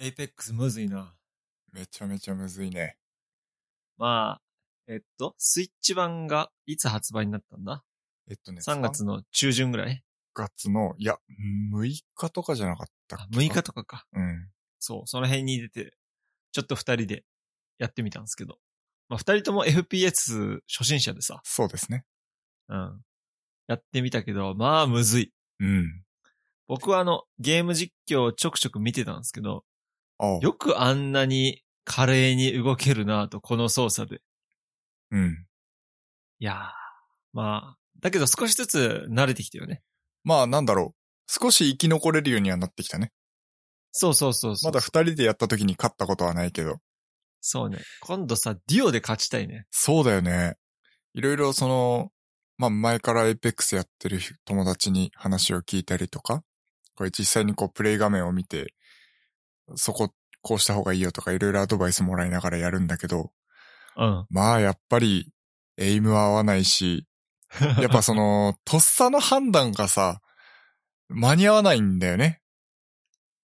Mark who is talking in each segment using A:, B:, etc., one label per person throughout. A: エイペックスむずいな。
B: めちゃめちゃむずいね。
A: まあ、えっと、スイッチ版がいつ発売になったんだ
B: えっとね、
A: ?3 月の中旬ぐらい
B: 三月の、いや、6日とかじゃなかったっ
A: あ
B: け
A: ?6 日とかか。
B: うん。
A: そう、その辺に出て、ちょっと二人でやってみたんですけど。まあ二人とも FPS 初心者でさ、
B: そうですね。
A: うん。やってみたけど、まあむずい。
B: うん。
A: 僕はあの、ゲーム実況をちょくちょく見てたんですけど、
B: ああ。
A: よくあんなに華麗に動けるなぁと、この操作で。
B: うん。
A: いやー、まあ、だけど少しずつ慣れてきたよね。
B: まあ、なんだろう。少し生き残れるようにはなってきたね。
A: そうそうそうそう。
B: まだ二人でやった時に勝ったことはないけど。
A: そうね。今度さ、デュオで勝ちたいね。
B: そうだよね。いろいろその、まあ前からエイペックスやってる友達に話を聞いたりとか、これ実際にこうプレイ画面を見て、そここうした方がいいよとかいろいろアドバイスもらいながらやるんだけど、
A: うん。
B: まあやっぱりエイムは合わないし、やっぱその、とっさの判断がさ、間に合わないんだよね。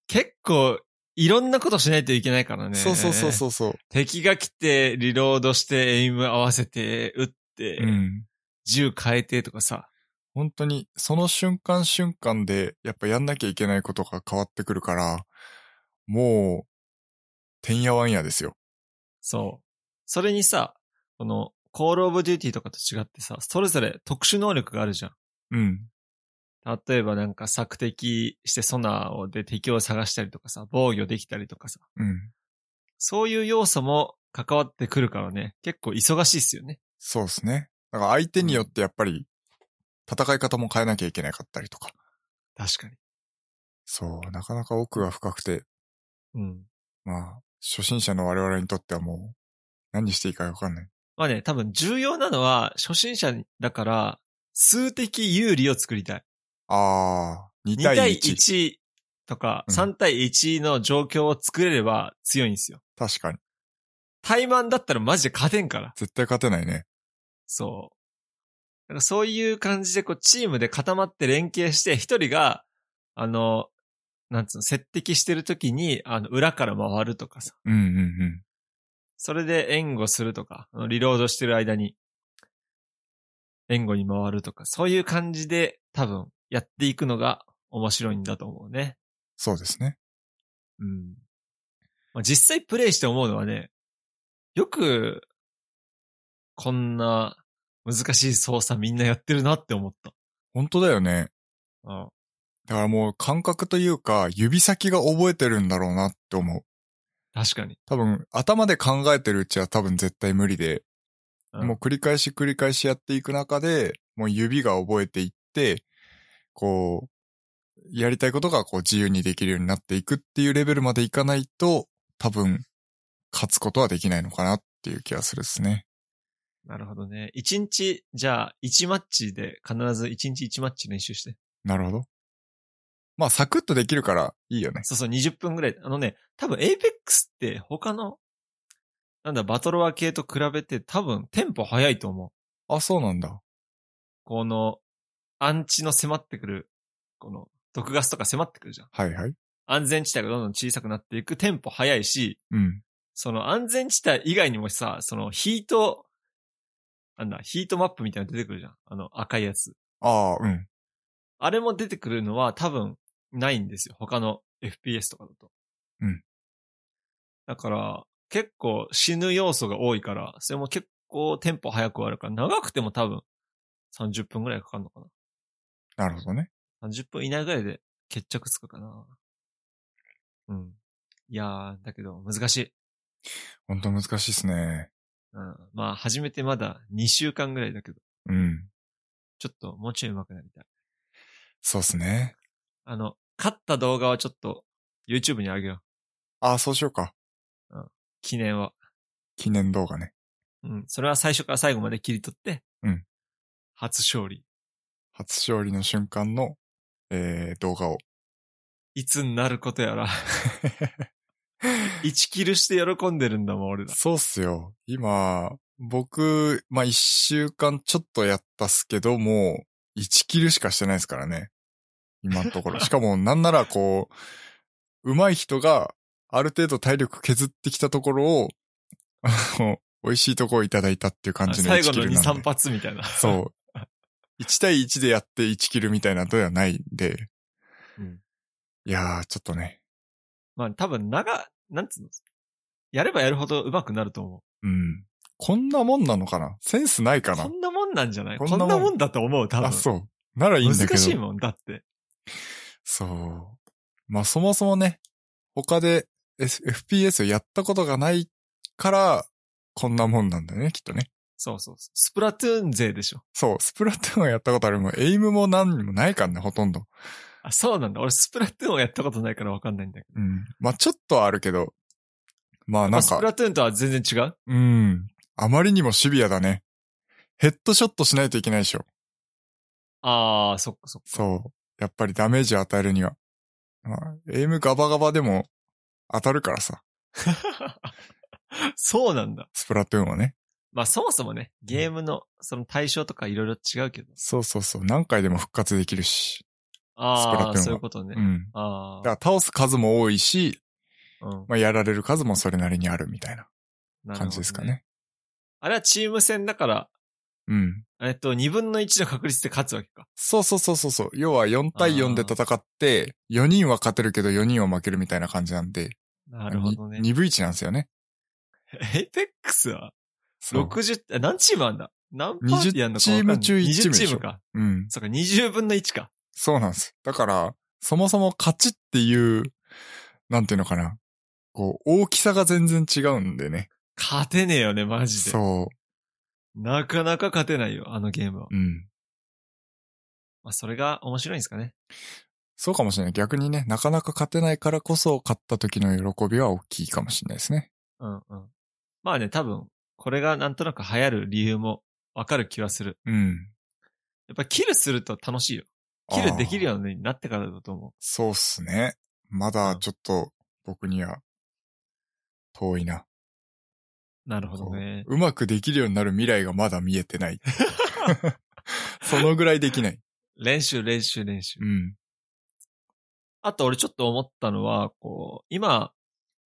A: 結構、いろんなことしないといけないからね。
B: そうそうそうそうそう。
A: 敵が来て、リロードして、エイム合わせて、撃って、
B: うん。
A: 銃変えてとかさ。
B: 本当にその瞬間瞬間でやっぱやんなきゃいけないことが変わってくるから、もう、てんやわんやですよ。
A: そう。それにさ、この、コールオブデューティーとかと違ってさ、それぞれ特殊能力があるじゃん。
B: うん。
A: 例えばなんか索敵してソナーをで敵を探したりとかさ、防御できたりとかさ、
B: うん。
A: そういう要素も関わってくるからね、結構忙しいっすよね。
B: そうですね。だから相手によってやっぱり、戦い方も変えなきゃいけなかったりとか。
A: 確かに。
B: そう、なかなか奥が深くて、
A: うん。
B: まあ、初心者の我々にとってはもう、何していいかわかんない。
A: まあね、多分重要なのは初心者だから、数的有利を作りたい。
B: あー、2
A: 2
B: 対1。
A: 対1とか
B: うん
A: 3対1の状況を作れれば強いんですよ。
B: 確かに。
A: 怠慢だったらマジで勝てんから。
B: 絶対勝てないね。
A: そう。だからそういう感じで、こう、チームで固まって連携して、一人が、あの、なんつうの、接敵してる時に、あの、裏から回るとかさ、
B: うんうんうん。
A: それで援護するとか、あのリロードしてる間に、援護に回るとか、そういう感じで、多分、やっていくのが面白いんだと思うね。
B: そうですね。
A: うん。まあ、実際プレイして思うのはね、よく、こんな難しい操作みんなやってるなって思った。
B: 本当だよね。
A: うん。
B: だからもう感覚というか、指先が覚えてるんだろうなって思う。
A: 確かに。
B: 多分、頭で考えてるうちは多分絶対無理で、
A: うん
B: もう繰り返し繰り返しやっていく中で、もう指が覚えていって、こう、やりたいことがこう自由にできるようになっていくっていうレベルまでいかないと、多分、勝つことはできないのかなっていう気がするですね。
A: なるほどね。一日、じゃあ、一マッチで必ず一日一マッチ練習して。
B: なるほど。まあ、サクッとできるからいいよね。
A: そうそう、20分ぐらい。あのね、多分 APEX って他の、なんだ、バトロワ系と比べて多分テンポ早いと思う。
B: あ、そうなんだ。
A: この、アンチの迫ってくる、この、毒ガスとか迫ってくるじゃん。
B: はいはい。
A: 安全地帯がどんどん小さくなっていくテンポ早いし、
B: うん。
A: その安全地帯以外にもさ、そのヒート、なんだ、ヒートマップみたいなの出てくるじゃん。あの赤いやつ。
B: ああ、うん。
A: あれも出てくるのは多分ないんですよ。他の FPS とかだと。
B: うん。
A: だから、結構死ぬ要素が多いから、それも結構テンポ早く終わるから、長くても多分30分ぐらいかかるのか
B: なるほどね。
A: な。30分以内ぐらいで決着つくかな。うん。いやー、だけど難しい。
B: ほんと難しいですね。
A: うん。まあ、始めてまだ2週間ぐらいだけど、
B: うん。
A: ちょっともうちょい上手くなりたい。
B: そうっすね。
A: あの、勝った動画はちょっと YouTube にあげよう。
B: ああ、そうしようか。
A: 記念は。
B: 記念動画ね。
A: うん。それは最初から最後まで切り取って。
B: うん。
A: 初勝利。
B: 初勝利の瞬間の、えー、動画を。
A: いつになること やら。1キルして喜んでるんだもん、俺ら。
B: そうっすよ。今、僕、まあ、一週間ちょっとやったっすけど、もう、1キルしかしてないで すからね。今のところ。しかも、なんならこう、上手い人が、ある程度体力削ってきたところを、あの、美味しいとこをいただいたっていう感じの
A: 最
B: 1
A: 後
B: キ
A: の
B: ル
A: 2、
B: なんで
A: 3。発みたいな。
B: そう。1対1でやって1キルみたいなのではないんで、
A: うん
B: いやー、ちょっとね、
A: まあ多分長、なんつうのやればやるほど上手くなると思
B: うん。こんなもんなのかなセンスないか
A: う。こ
B: なん
A: なもんなんじゃない
B: こ
A: こ
B: ん
A: ん
B: なもん
A: なもんだと思う、多分。
B: あ、そう。ならいいんだけど。
A: 難しいもん、だって。
B: そう。まあそもそもね、他で、S、FPS をやったことがないから、こんなもんなんだよね、きっとね。
A: そうそうそう。スプラトゥーン勢でしょ。
B: そう、スプラトゥーンはやったことあるもん、エイムも何にもないからね、ほとんど。
A: あ、そうなんだ。俺スプラトゥーンをやったことないからわかんないんだけど。
B: うん。まあちょっとはあるけど、まあなん
A: スプ
B: か、
A: ラトゥーンとは全然違う
B: うん。あまりにもシビアだね。ヘッドショットしないといけないでしょ。
A: ああ、そっかそっか。
B: そう。やっぱりダメージを与えるには。まあエイムガバガバでも当たるからさ、
A: そうなんだ。
B: スプラトゥーンはね。
A: まあそもそもね、ゲームのその対象とかいろいろ違うけど。
B: そうそうそう。何回でも復活できるし。スプラトゥーン
A: あ
B: は
A: あ、そういうことね。
B: うん。
A: あ
B: だから倒す数も多いし、
A: あ、うん
B: まあ、やられる数もそれなりにあるみたいな
A: なるほど
B: 感じですかね。。
A: あれはチーム戦だから、
B: うん。
A: えっと、2分の1の確率で勝つわけか。
B: そうそうそうそうそう。要は4対4で戦って、4人は勝てるけど4人は負けるみたいな感じなんで。
A: なるほど ね。
B: 2分1なんですよね。
A: エイペックスは
B: そう。
A: 60、あ何チームあんだ何パーティーあんのかわかんない
B: 20チーム中一チーム
A: 20
B: でし
A: チ
B: ょ
A: ームか。
B: うん。
A: そうか、20分の1か。
B: そうなんです。だから、そもそも勝ちっていう、なんていうのかな。こう、大きさが全然違うんでね。
A: 勝てねえよね、マジで。
B: そ
A: なかなか勝てないよ、あのゲームは。
B: う。うん。
A: まあ、それが面白いんですかね。
B: そうかもしれない。逆にね、なかなか勝てないからこそ、勝った時の喜びは大きいかもしれないですね。
A: うんうん。まあね、多分、これがなんとなく流行る理由もわかる気はする。
B: うん。
A: やっぱキルすると楽しいよ。キルできるようになってからだと思
B: そうっすね。まだちょっと僕には遠いな。
A: う。なるほどね。
B: うまくできるようになる未来がまだ見え てない。そのぐらいできない。
A: 練習、練習、練習
B: う。ん。
A: あと俺ちょっと思ったのは、こう、今、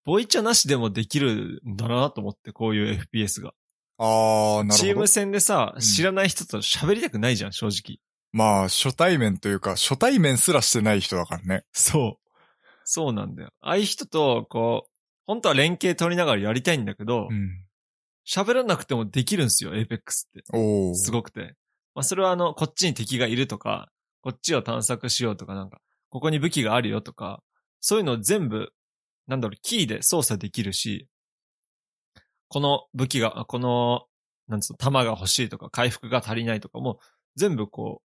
A: ボイチャなしでもできるんだなと思って、こういう FPS が。
B: あー、な
A: チ
B: る
A: ー
B: ほ
A: ム
B: ど。
A: 戦でさ、
B: ん
A: 知らない人と喋りたくないじゃん、正直。
B: まあ、初対面というか、初対面すらしてない人だからね。
A: そう。そうなんだよ。ああいう人と、こう、本当は連携取りながらやりたいんだけど
B: う、ん。
A: 喋、らなくてもできるんですよ、エイペックスって。
B: おー。
A: すごくて。まあ、それはあの、こっちに敵がいるとか、こっちを探索しようとか、なんか、ここに武器があるよとか、そういうのを全部、なんだろう、キーで操作できるし、この武器が、あこの、なんつうの、弾が欲しいとか、回復が足りないとかも、全部こう、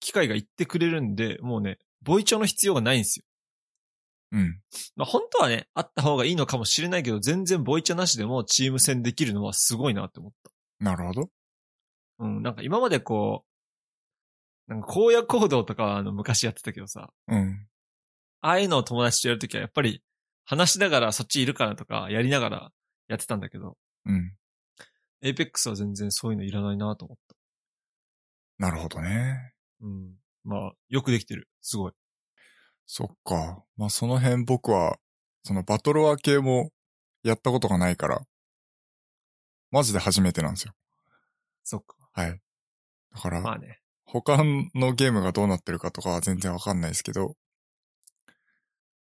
A: 機械が言ってくれるんで、もうね、ボイチョの必要がないんですよ。
B: うん。
A: まあ、本当はね、あった方がいいのかもしれないけど、全然ボイチャなしでもチーム戦できるのはすごいなって思った。
B: なるほど。
A: うん、なんか今までこう、なんか荒野行動とかはあの昔やってたけどさ、
B: うん。
A: ああいうのを友達とやるときはやっぱり話しながらそっちいるからとかやりながらやってたんだけど、
B: うん。
A: エイペックスは全然そういうのいらないなと思っ
B: なるほどね。
A: た。うん。まあ、よくできてる。すごい。
B: そっか。まあ、その辺僕は、そのバトロワ系もやったことがないから、マジで初めてなんですよ。
A: そっか。
B: はい。だから、
A: まあね。
B: 他のゲームがどうなってるかとかは全然わかんないですけど、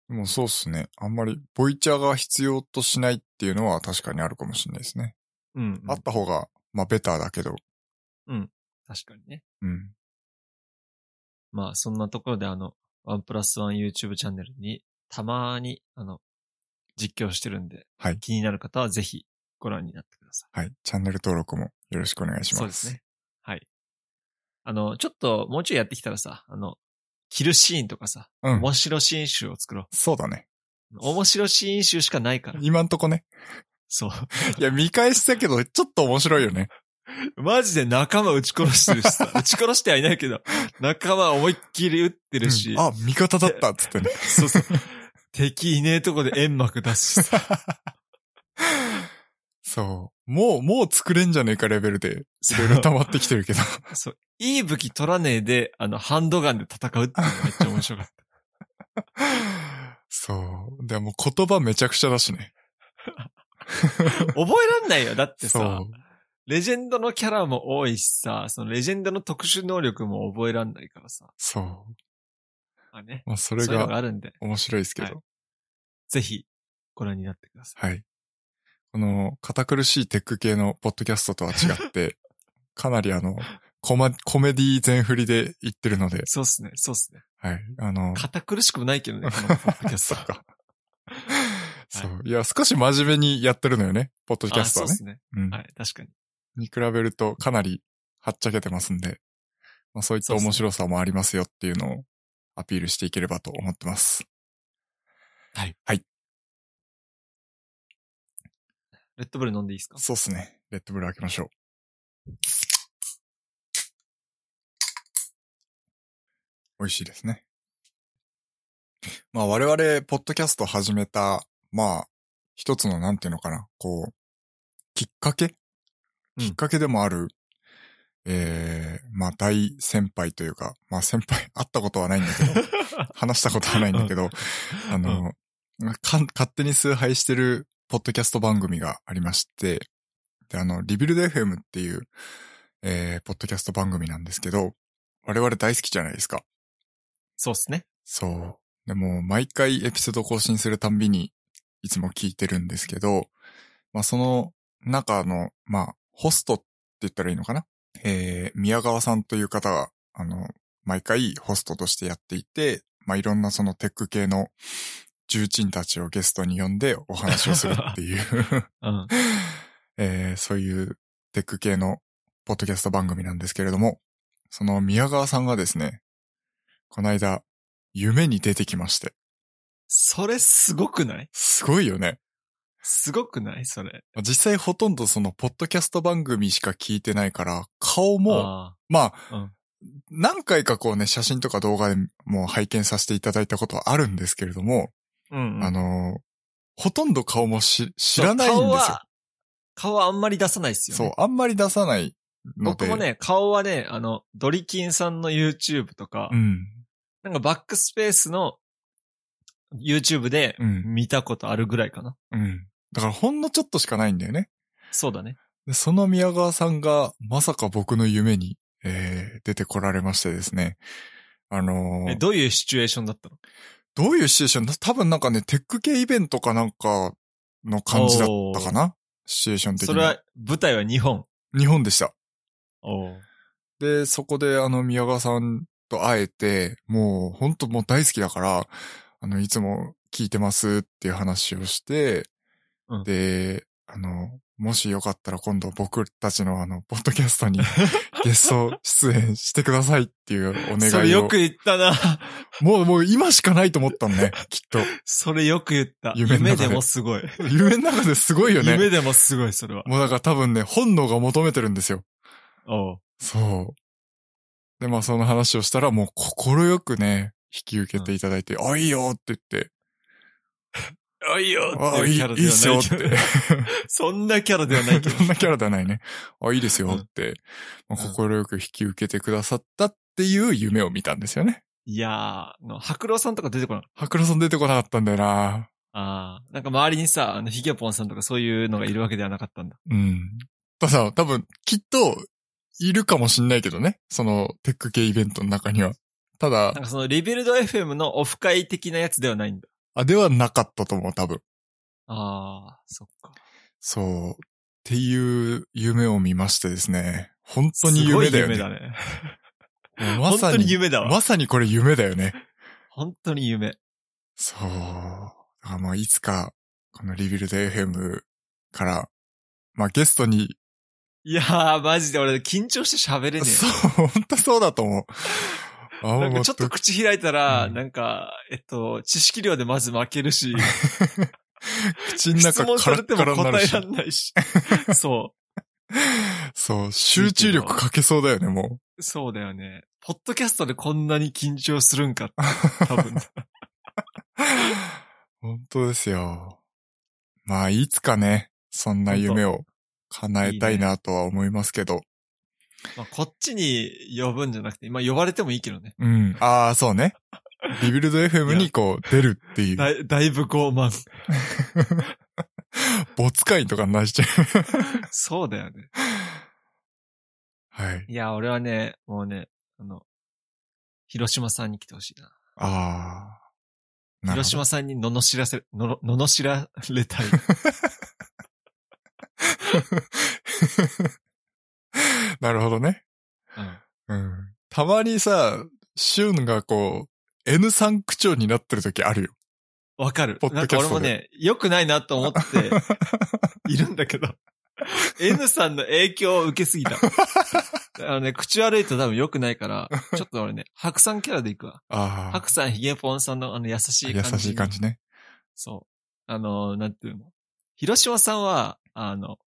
B: でもそうっすね。あんまり、ボイチャーが必要としないっていうのは確かにあるかもしれないですね。
A: うん、うん。
B: あった方が、まあ、ベターだけど、
A: 確かにね。
B: うん。
A: まあ、そんなところであの、ワンプラスワン YouTube チャンネルにたまに、あの、実況してるんで、
B: はい
A: 気になる方はぜひご覧になってください。
B: はい。チャンネル登録もよろしくお願いします。
A: そうですね。。はい。あの、ちょっと、もうちょいやってきたらさ、あの、キルシーンとかさ、
B: うん。
A: 面白シーン集を作ろ
B: そうだね。
A: う。面白シーン集しかないから。
B: 今んと こね。
A: そう。
B: いや、見返したけど、ちょっと面白いよね。
A: マジで仲間撃ち殺してるし さ、撃ち殺してはいないけど、仲間思いっきり撃ってるし、
B: うんあ、味方だったっつってね。
A: そうそう。敵いねえとこで煙幕出すし さ、
B: そう。もう、もう作れんじゃねえかレベルで、いろいろ溜まってきてるけど。
A: そう。いい武器取らねえで、あの、ハンドガンで戦うっていうのがめっちゃ面白かった。
B: そう。でも言葉めちゃくちゃだしね。
A: 覚えらんないよ。だってさ、レジェンドのキャラも多いしさ、そのレジェンドの特殊能力も覚えらんないからさ。
B: そう。
A: まあね。
B: まあ、そ
A: そ
B: れ
A: ういうのが
B: が
A: あるんで、
B: 面白いですけど。
A: はいぜひご覧になってください。
B: はい。この、堅苦しいテック系のポッドキャストとは違 って、かなりあの、コマ、コメディ全振りで言ってるので、
A: そうっすね、そうっすね。
B: はい。あの、
A: 堅苦しくもないけどね、このポッドキャス
B: そ
A: ト は。
B: っか。 そう。いや、少し真面目にやってるのよね、ポッドキャ
A: あ、
B: ス
A: そう
B: ト
A: っ
B: はね。
A: すね。
B: うん
A: はい、確かに。
B: に比べるとかなりはっちゃけてますんで、まあ、そういった
A: そうですね
B: 面白さもありますよっていうのをアピールしていければと思ってます。
A: はい。
B: はい。
A: レッドブル飲んでいいですか
B: そうっすね。レッドブル開けましょう。美味しいですね。まあ我々、ポッドキャスト始めた、まあ、一つのなんていうのかな、こう、きっかけ、
A: うん
B: きっかけでもある、ええまあ大先輩というか、まあ先輩、 会ったことはないんだ けど、話したことはないんだけど、あの、か勝手に崇拝してるポッドキャスト番組がありまして、で、あの、リビルド FM っていう、えー、ポッドキャスト番組なんですけど、我々大好きじゃないですか。
A: そうっすね。
B: そう。でも、毎回エピソード更新するたんびに、いつも聞いてるんですけど、まあ、その中の、まあ、ホストって言ったらいいのかなえー、宮川さんという方が、あの、毎回ホストとしてやっていて、まあ、いろんなそのテック系の重鎮たちをゲストに呼んでお話をするっていう、
A: うん。
B: えーそういうテック系のポッドキャスト番組なんですけれども、その宮川さんがですね、この間、夢に出てきまして。
A: それすごくない
B: すごいよね。
A: すごくないそれ。
B: まあ実際ほとんどその、ポッドキャスト番組しか聞いてないから、顔も、
A: あ
B: まあ、何回かこうね、写真とか動画でも拝見させていただいたことはあるんですけれども、
A: ー、うんうん、
B: あのーほとんど顔もし知らないんです
A: そう
B: よ。
A: 顔は、顔はあんまり出さないっすよ、ね。
B: そう、あんまり出さないの
A: 僕
B: で。
A: もね、顔はね、あの、ドリキンさんの YouTube とか、
B: うん。
A: なんかバックスペースの YouTube で
B: うん。
A: 見たことあるぐらいかな。
B: うん。だからほんのちょっとしかないんだよね。
A: そうだね。
B: でその宮川さんが、まさか僕の夢に、えー出てこられましてですね。あのー
A: え、どういうシチュエーションだったの
B: どういうシチュエーション多分なんかね、テック系イベントかなんかの感じだったかなシチュエーション的に。
A: それは、舞台は日本。
B: 日本でした。
A: おー
B: で、そこであの宮川さんと会えて、もう本当もう大好きだから、あの、いつも聞いてますっていう話をして、
A: うん
B: で、あの、もしよかったら今度僕たちのあの、ポッドキャス トにゲスト出演してくださいっていうお願
A: それ
B: い
A: よ
B: を
A: く。言ったな。
B: もうもう今しかないと思ったのね、きっと。
A: それよく言った。
B: 夢の中
A: 夢
B: で
A: でもすごい。
B: 夢の中ですごいよね。
A: 夢でもすごい、それは。
B: もうだから多分ね、本能が求めてるんですよ。
A: おう
B: そう。で、まあその話をしたらもう心よくね、引き受けていただいて、あ、いいよって言って、
A: あ、いいよっ
B: あ、
A: てい
B: いいうい
A: キャラで
B: いっすよ
A: は
B: っ
A: ないけ
B: て
A: ど。。 そんなキャラではないけど
B: そ。んなキャラではな いね。あ、いいですよって、まあ心よく引き受けてくださったっていう夢を見たんですよね。
A: いやーあの、白狼さんとか出てこなかっ
B: 白露さん出てこなかったんだよな
A: た。ああ。なんか周りにさ、あの、ヒゲポンさんとかそういうのがいるわけではなかったんだ。
B: うん。ただ、多分、きっと、いるかもしんないけどね。その、テック系イベントの中には。ただ
A: なん、かその、リビルド FM のオフ会的なやつではないんだ。
B: あ、ではなかったと思う、多分。
A: ああ、そっか。
B: そう。っていう夢を見ましてですね。本当
A: す
B: に
A: ごい
B: 夢だよね。
A: 夢だね。
B: もうま
A: 本
B: さ
A: 当に
B: に、
A: 夢だわ
B: ま。さにこれ夢だよね。
A: 本当に夢。
B: そう。だからまあいつか、このリビルド FM から、まあゲストに、
A: いやー、マジで俺、緊張して喋れねえ
B: そ
A: よ。
B: う、本当そうだと思う。
A: な
B: あ
A: ん
B: も
A: か
B: う
A: ちょっと口開いたら、
B: うん
A: なんか、えっと、知識量でまず負ける し、
B: 口の
A: 質
B: 中
A: 問
B: カ
A: さ
B: ラ
A: れて
B: ッカ
A: も
B: ラに
A: 答
B: なる
A: え
B: し
A: ら。んない し。そ
B: そう、集中力かけそうだよね、も
A: う。そうだよね。ポッドキャストでこんなに緊張するんかって、多 分。
B: う。本当ですよ。まあいつかね、そんな夢を叶えたいなとは思いますけど。
A: まあ、こっちに呼ぶんじゃなくて、まあ、呼ばれてもいいけどね。
B: うん。ああ、そうね。リビルド FM にこう出るっていう、
A: だいだいぶ傲慢。
B: 没会とかになっちゃう。
A: そうだよね。
B: はい。
A: いや、俺はね、もうね、あの、広島さんに来てほしいな。
B: ああ。なるほど
A: 広島さんに罵らせ、のろ、罵られた い。
B: なるほどね。
A: うん
B: うん。たまにさ、シュンがこう、N3 区長になってる時あるよ。
A: わかる
B: ポ。ッ
A: な
B: ド
A: ん
B: キ
A: か
B: ャ
A: 俺
B: ス
A: も
B: トで
A: ね、良くないなと思って いるんだけど、N さんの影響を受けすぎ た。あのね、口悪いと多分良くないから、ちょっと俺ね、白さんキャラでいくわ。
B: ああ。
A: 白さん、ヒゲポンさんのあの優しい
B: 優
A: 感じ。
B: しい感じね。
A: そう。あのーなんていうの。広島さんは、あの、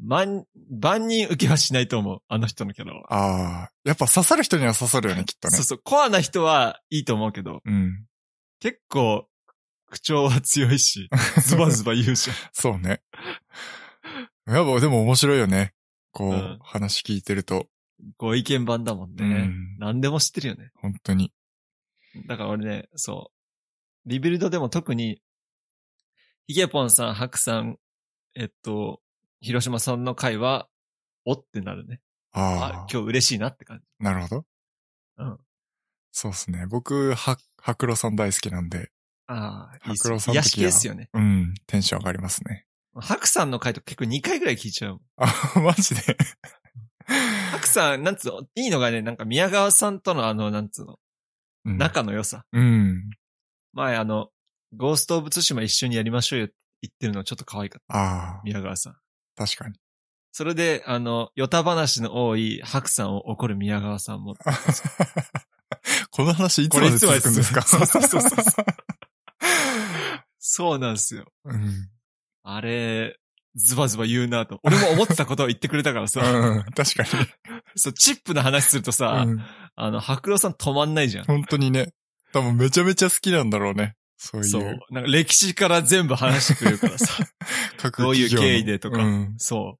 A: 万、万人受けはしないと思う。あの人のキャラは。
B: ああ。やっぱ刺さる人には刺さ るよね、きっとね
A: そう。そう。コアな人はいいと思うけど、
B: うん。
A: 結構、口調は強いし、ズバズバ言うし。
B: そうね。やっぱでも面白いよね。こ
A: う
B: う、
A: ん
B: 話聞いてると。
A: ご意見番だもんね。
B: うん
A: 何でも知ってるよね。
B: 本当に。
A: だから俺ね、そう。リビルドでも特に、ヒゲポンさん、ハクさん、えっと、広島さんの回は、おってなるね。
B: あ
A: あ
B: あ、。
A: 今日嬉しいなって感じ。
B: なるほど。
A: うん。
B: そうですね。僕、は、白露さん大好きなんで。
A: ああ、いいっす
B: 白
A: よ
B: 狼さん
A: 癒
B: の時は
A: し系っすよね。
B: うん。テンション上がりますね。
A: ハクさんの回と結構2回ぐらい聞いちゃうもん。
B: あ、 マジで。
A: ハクさん、なんつうの、いいのがね、なんか宮川さんとのあの、なんつうの、
B: うん。
A: 仲の良さ。
B: うん。
A: 前あの、ゴースト・オブ・ツシマ一緒にやりましょうよって言ってるのちょっと可愛かっ
B: あ
A: た。宮川さん。
B: あ、確かに。
A: それで、あの、ヨタ話の多いハクさんを怒る宮川さん も。
B: この話いつ
A: こ
B: ま
A: れ
B: で続くんですか
A: いつまで続くそうそうそうそそうなんですよ。
B: うん。
A: あれ、ズバズバ言うなと。俺も思ってたことを言ってくれたからさ、
B: うん確か
A: そう、チップの話するとさ、
B: に、うん。
A: あの、白露さん止まんないじゃん。
B: 本当にね。多分めちゃめちゃ好きなんだろうね。そうい
A: そうう。。なんか歴史から全部話してくれるから さ。
B: 各
A: どういう
B: 企
A: 経
B: 業の
A: 緯でとか
B: うん
A: そ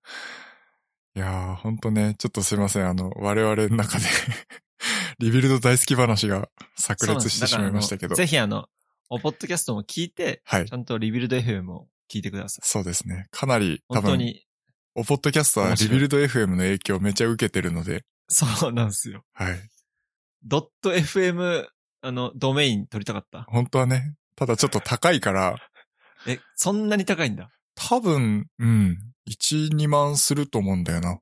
B: いやー、ほんとね、ちょっとすいません。あの、我々の中で、 リビルド大好き話が炸
A: う。そうなんで
B: 裂
A: す
B: してしまいましたけ
A: だからあの。
B: ど
A: ぜひあの、おポッドキャストも聞いて、
B: はい
A: ち。ゃんとリビルド FM も聞いてください。
B: そうですね。かなり、多
A: 本当
B: 分、
A: に、
B: おポッドキャストはリビルド FM の影響をめちゃ受けてるので、
A: そうなんですよ。
B: はい。
A: ドット FM、あの、ドメイン取りたかった。
B: 本当はね、ただちょっと高いから、
A: え、そんなに高いんだ。
B: 多分、うん、1、2万すると思うんだよな。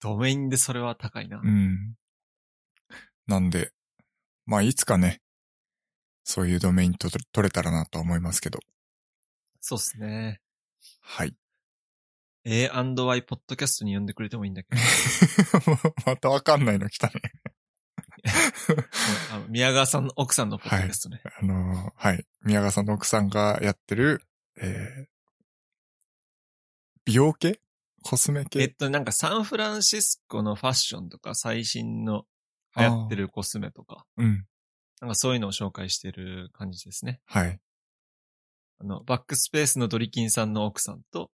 A: ドメインでそれは高いな。
B: うん。なんで、まあ、いつかね、そういうドメインと取れたらなとは思いますけど、
A: そうっすね。
B: はい。
A: A&Y ポッドキャストに呼んでくれてもいいんだ けど。
B: またわかんないの来たね。
A: あの宮川さんの奥さんのポッドキャストね。
B: あのーはい。宮川さんの奥さんがやってる、えー、美容系コスメ
A: えっ
B: 系
A: と、なんかサンフランシスコのファッションとか最新の流行ってるコスメとか、
B: うん。
A: なんかそういうのを紹介してる感じですね。
B: はい。
A: あの、バックスペースのドリキンさんの奥さんと、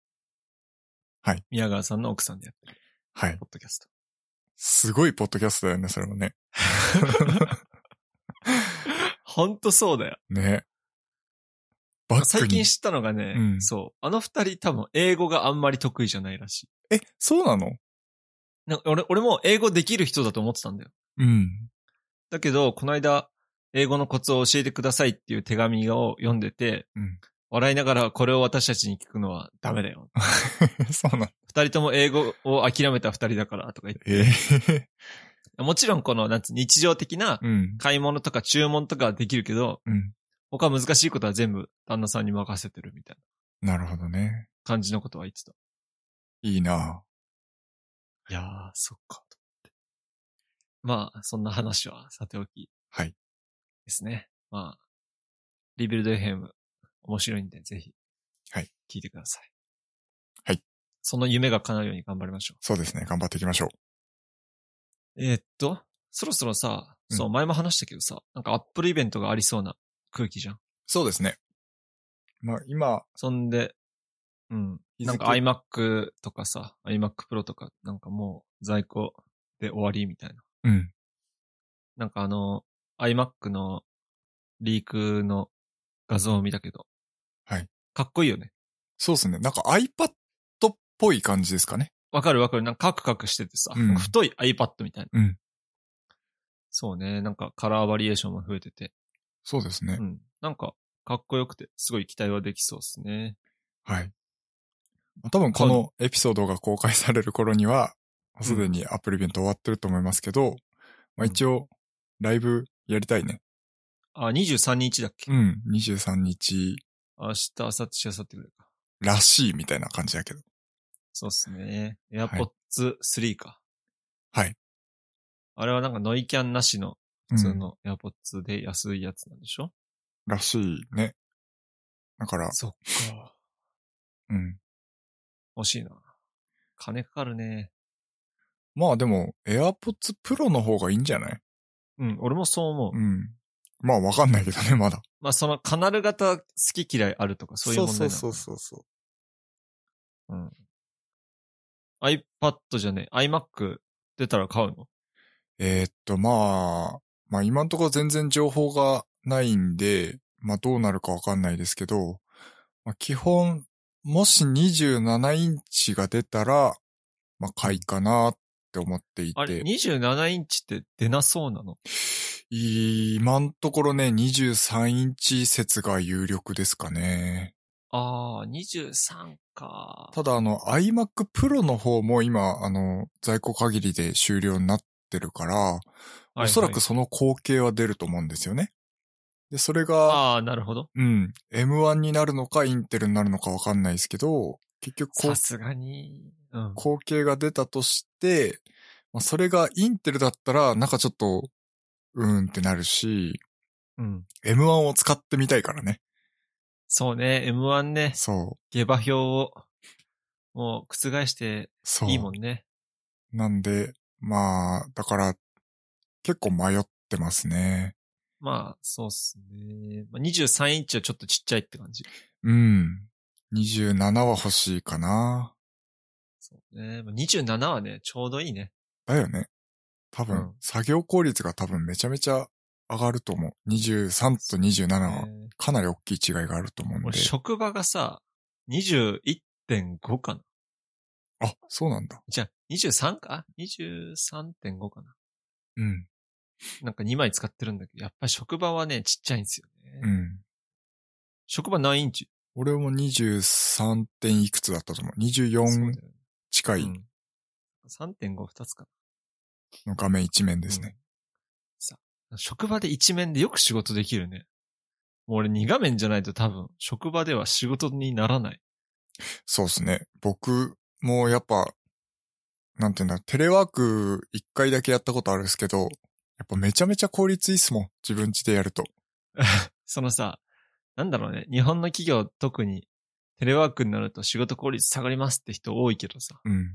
B: はい。
A: 宮川さんの奥さんでやってる、
B: はい。
A: ポッドキャスト。
B: すごいポッドキャストだよね、それもね。
A: ほんとそうだよ。
B: ね。バック
A: 最
B: に
A: 近。知ったのがね、
B: うん
A: そう。あの二人多分英語があんまり得意じゃないらしい。
B: え、そうなの
A: なんか俺、俺も英語できる人だと思ってたんだよ。
B: うん。
A: だけど、この間、英語のコツを教えてくださいっていう手紙を読んでて、
B: うん
A: 笑いながらこれを私たちに聞くのはダメだよ。
B: そうなの。
A: 二人とも英語を諦めた二人だからとか言って。
B: えー、
A: もちろんこの、なんつう日常的な
B: うん。
A: 買い物とか注文とかはできるけど、
B: うん。
A: 他難しいことは全部旦那さんに任せてるみたいな
B: なるほどね。
A: 感じのことは言ってた。
B: いいない
A: やー、そっか、と思って。まあ、そんな話はさておき
B: はい。
A: ですね。まあ、リビルド FM 面白いんで、ぜひ、
B: はい。
A: 聞いてください。
B: はい。
A: その夢が叶うように頑張りましょ
B: そうですね。頑張っていきましょう。
A: う。えーっと、そろそろさ、
B: うん
A: そう、前も話したけどさ、なんかアップルイベントがありそうな空気じゃん。
B: そうですね。まあ、今、
A: そんで、うん。
B: 日
A: なん
B: 付
A: か iMac とかさ、iMac Pro とか、なんかもう在庫で終わりみたいな。
B: うん。
A: なんかあの、iMac のリークの画像を見たけど。
B: はい。
A: かっこいいよね。
B: そうですね。なんか iPad っぽい感じですかね。
A: わかるわかる。なんかカクカクしててさ、
B: うん
A: 太い iPad みたいな。
B: うん
A: そうね。なんかカラーバリエーションも増えてて。
B: そうですね。
A: うん。なんか、かっこよくて、すごい期待はできそうですね。
B: はい。多分このエピソードが公開される頃には、
A: ん
B: すでにアップルイベント終わってると思いますけど、
A: う
B: まあ
A: ん
B: 一応、ライブやりたいね。
A: あ、23日だっけ、
B: うん。23日
A: 明日、明後日、明後日ぐらいか。
B: らしいみたいな感じだけど。
A: そうっすね。AirPods 3か。
B: はい。
A: あれはなんかノイキャンなしの
B: う
A: 普通
B: ん。
A: の AirPods で安いやつなんでしょ、
B: らしいね。だから、
A: そっか。
B: うん。
A: 欲しいな。金かかるね。
B: まあでも、AirPods Pro の方がいいんじゃない
A: うん、俺もそう思う。
B: うん。まあわかんないけどね、まだ。
A: まあそのカナル型好き嫌いあるとかそういう問題なのかな
B: そうそ
A: iPad じゃねえ、iMac 出たら買うの
B: えーっと、まあ、まあ今んところ全然情報がないんで、まあどうなるかわかんないですけど、まあ基本、もし27インチが出たら、まあ買いかなって思ってい
A: あれ、
B: て、
A: 27インチって出なそうなの
B: 今んところね、23インチ説が有力ですかね。
A: ああ、23か。
B: ただあの iMac Pro の方も今、あの、在庫限りで終了になってるから、
A: はいはい
B: おそらくその光景は出ると思うんですよね。で、それが、
A: ああ、なるほど。
B: うん。M1 になるのか、インテルになるのかわかんないですけど、結局こ
A: さ、
B: う
A: すがに。うん。
B: 後継が出たとして、まあ、それがインテルだったら、なんかちょっと、うーんってなるし、
A: うん。
B: M1 を使ってみたいからね。
A: そうね、M1 ね、
B: そう。
A: 下馬評を、もう覆して
B: そう。
A: いいもんね。
B: なんで、まあ、だから、結構迷ってますね。
A: まあ、そうっすね。まあ23インチはちょっとちっちゃいって感じ。
B: うん。27は欲しいかな。
A: そうね。まあ27はね、ちょうどいいね。
B: だよね。多分、
A: うん
B: 作業効率が多分めちゃめちゃ上がると思う。23と27は。
A: ね
B: かなり大きい違いがあると思うんで
A: 俺、。職場がさ、21.5かな。
B: あ、そうなんだ。
A: じゃあ、23か ?23.5 かな。
B: うん。
A: なんか2枚使ってるんだけど、やっぱり職場はね、ちっちゃいんですよね。
B: うん。
A: 職場何インチ
B: 俺も23点いくつだったと思う。
A: そう
B: 24
A: だよね
B: 近
A: う
B: い
A: ん3.5、2つか
B: の画面一面ですね。
A: な。職場で一面でよく仕事できるね。もう俺2画面じゃないと多分、職場では仕事にならない。
B: そうですね。僕もやっぱ、なんていうんだ、テレワーク一回だけやったことあるんですけど、やっぱめちゃめちゃ効率いいっすもん。自分家でやると。
A: そのさ、なんだろうね、日本の企業特にテレワークになると仕事効率下がりますって人多いけどさ、
B: うん。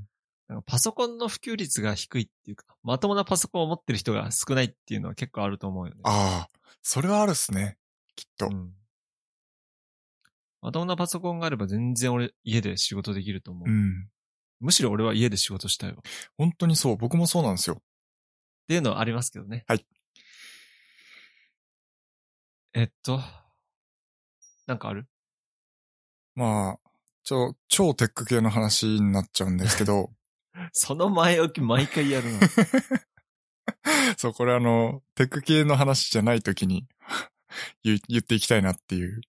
A: なんかパソコンの普及率が低いっていうか、まともなパソコンを持ってる人が少ないっていうのは結構あると思うよね。
B: ああ、それはあるっすね。きっと
A: う。ん。まともなパソコンがあれば全然俺家で仕事できると思う。
B: うん。
A: むしろ俺は家で仕事したいわ。っ
B: 本当にそう。僕もそうなんですよ。
A: ていうのはありますけどね。
B: はい。
A: えっと、なんかある
B: まあ、ちょ、超テック系の話になっちゃうんですけど、
A: その前置き毎回やる の。
B: そう、これあの、テック系の話じゃない時に 言言っていきたいなっていう。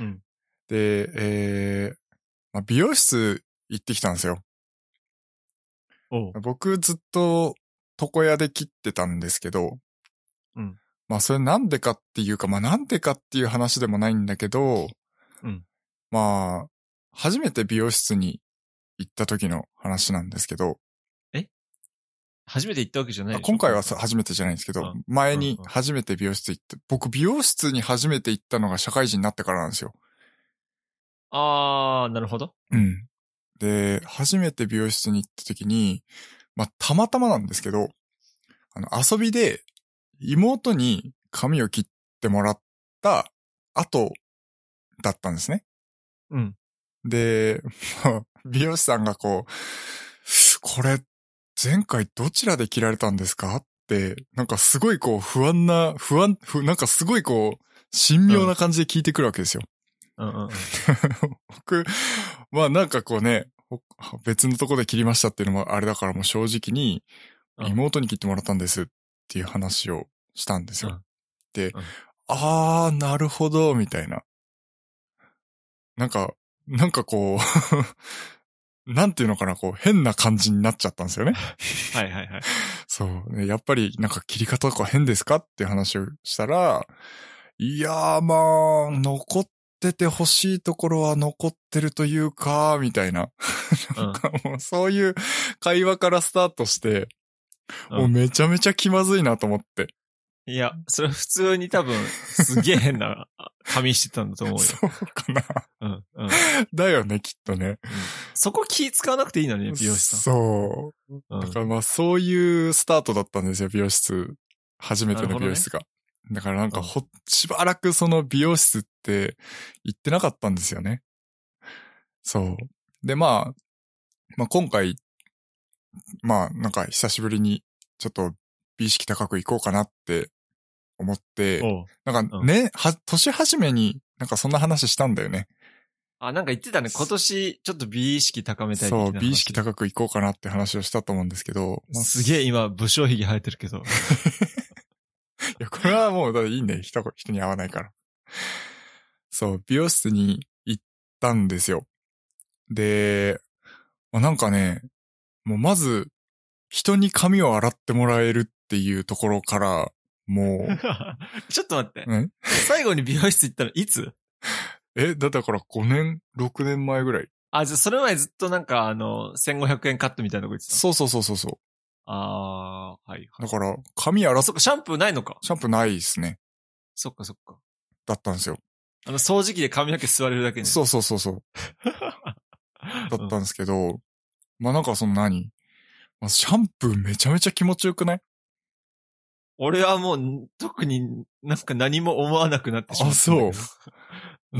A: うん。
B: で、えーまあ、美容室行ってきたんですよ。
A: おう。
B: 僕ずっと床屋で切ってたんですけど、
A: うん。
B: まあそれなんでかっていうか、まあなんでかっていう話でもないんだけど、
A: うん。
B: まあ、初めて美容室に行った時の話なんですけど、
A: 初めて行ったわけじゃない
B: あ
A: でしょ
B: 今回はさ初めてじゃないんですけ
A: う
B: ど
A: ん、
B: 前
A: うん
B: に
A: うん
B: 初めて美容室行って、僕美容室に初めて行ったのが社会人になってからなんですよ。
A: あー、なるほど。
B: うん。で、初めて美容室に行った時に、まあ、たまたまなんですけど、あの、遊びで妹に髪を切ってもらった後だったんですね。
A: うん。
B: で、 まあ美容師さんがこう、これ、前回どちらで切られたんですかっって、なんかすごいこう不安な、不安、不なんかすごいこう、神妙な感じで聞いてくるわけですよ。
A: うん うんうん。
B: 僕、まあなんかこうね、ほ別のとこで切りましたっていうのもあれだからもう正直に、
A: うん
B: 妹に切ってもらったんですっていう話をしたんですよ。
A: うん
B: で、
A: うん
B: あー、なるほど、みたいな。なんか、なんかこう、 なんていうのかな、こう変な感じになっちゃったんですよね。
A: はいはいはい。
B: そう、ね。やっぱりなんか切り方とか変ですかって話をしたら、いやーまあ、残ってて欲しいところは残ってるというか、みたいな。
A: うん
B: もうそういう会話からスタートして、
A: うん
B: もうめちゃめちゃ気まずいなと思って。
A: いや、それ普通に多分、すげえ変な あ髪してたんだと思うよ。
B: そうかな。
A: うんうん。
B: だよね、きっとね。
A: そこ気使わなくていいのに、美容師さ
B: そう。
A: ん。うん
B: だからまあそういうスタートだったんですよ、美容室。初めて
A: なる
B: の
A: ほどね
B: 美容室が。だからなんか
A: うん
B: ほ、しばらくその美容室って行ってなかったんですよね。そう。でまあ、まあ今回、まあなんか久しぶりにちょっと美意識高く行こうかなって思って、
A: おう
B: なんか
A: うん
B: ね、は、年始めになんかそんな話したんだよね。
A: あ、なんか言ってたね。今年、ちょっと美意識高めたい的な
B: そ
A: 話
B: う、美意識高く行こうかなって話をしたと思うんですけど、まあ
A: すげえ今、武将髭生えてるけ ど。
B: いや、これはもう、だっていいんだよ。人、人に会わないから。そう、美容室に行ったんですよ。で、まあなんかね、もうまず、人に髪を洗ってもらえるっていうところから、も う、
A: ちょっと待って。
B: ね
A: 最後に美容室行ったのいつ
B: え、だってから5年、6年前ぐらい。
A: あ、じゃあそれ前ずっとなんかあの、1500円カットみたいなとこ行ってたの。
B: そうそうそうそうそ
A: あー、はい、
B: う。
A: は
B: だ
A: い。
B: から、髪洗
A: あ、
B: っ、シ
A: そっか、シャンプーないのか。
B: ャンプーないですね。
A: そっかそっか。
B: だったんですよ。
A: あの、掃除機で髪の毛吸われるだけね。
B: そうそうそうそう。だったんですけど、まあなんかその何まあシャンプーめちゃめちゃ気持ちよくない
A: 俺はもう、特になんか何も思わなくなってしまった。
B: あも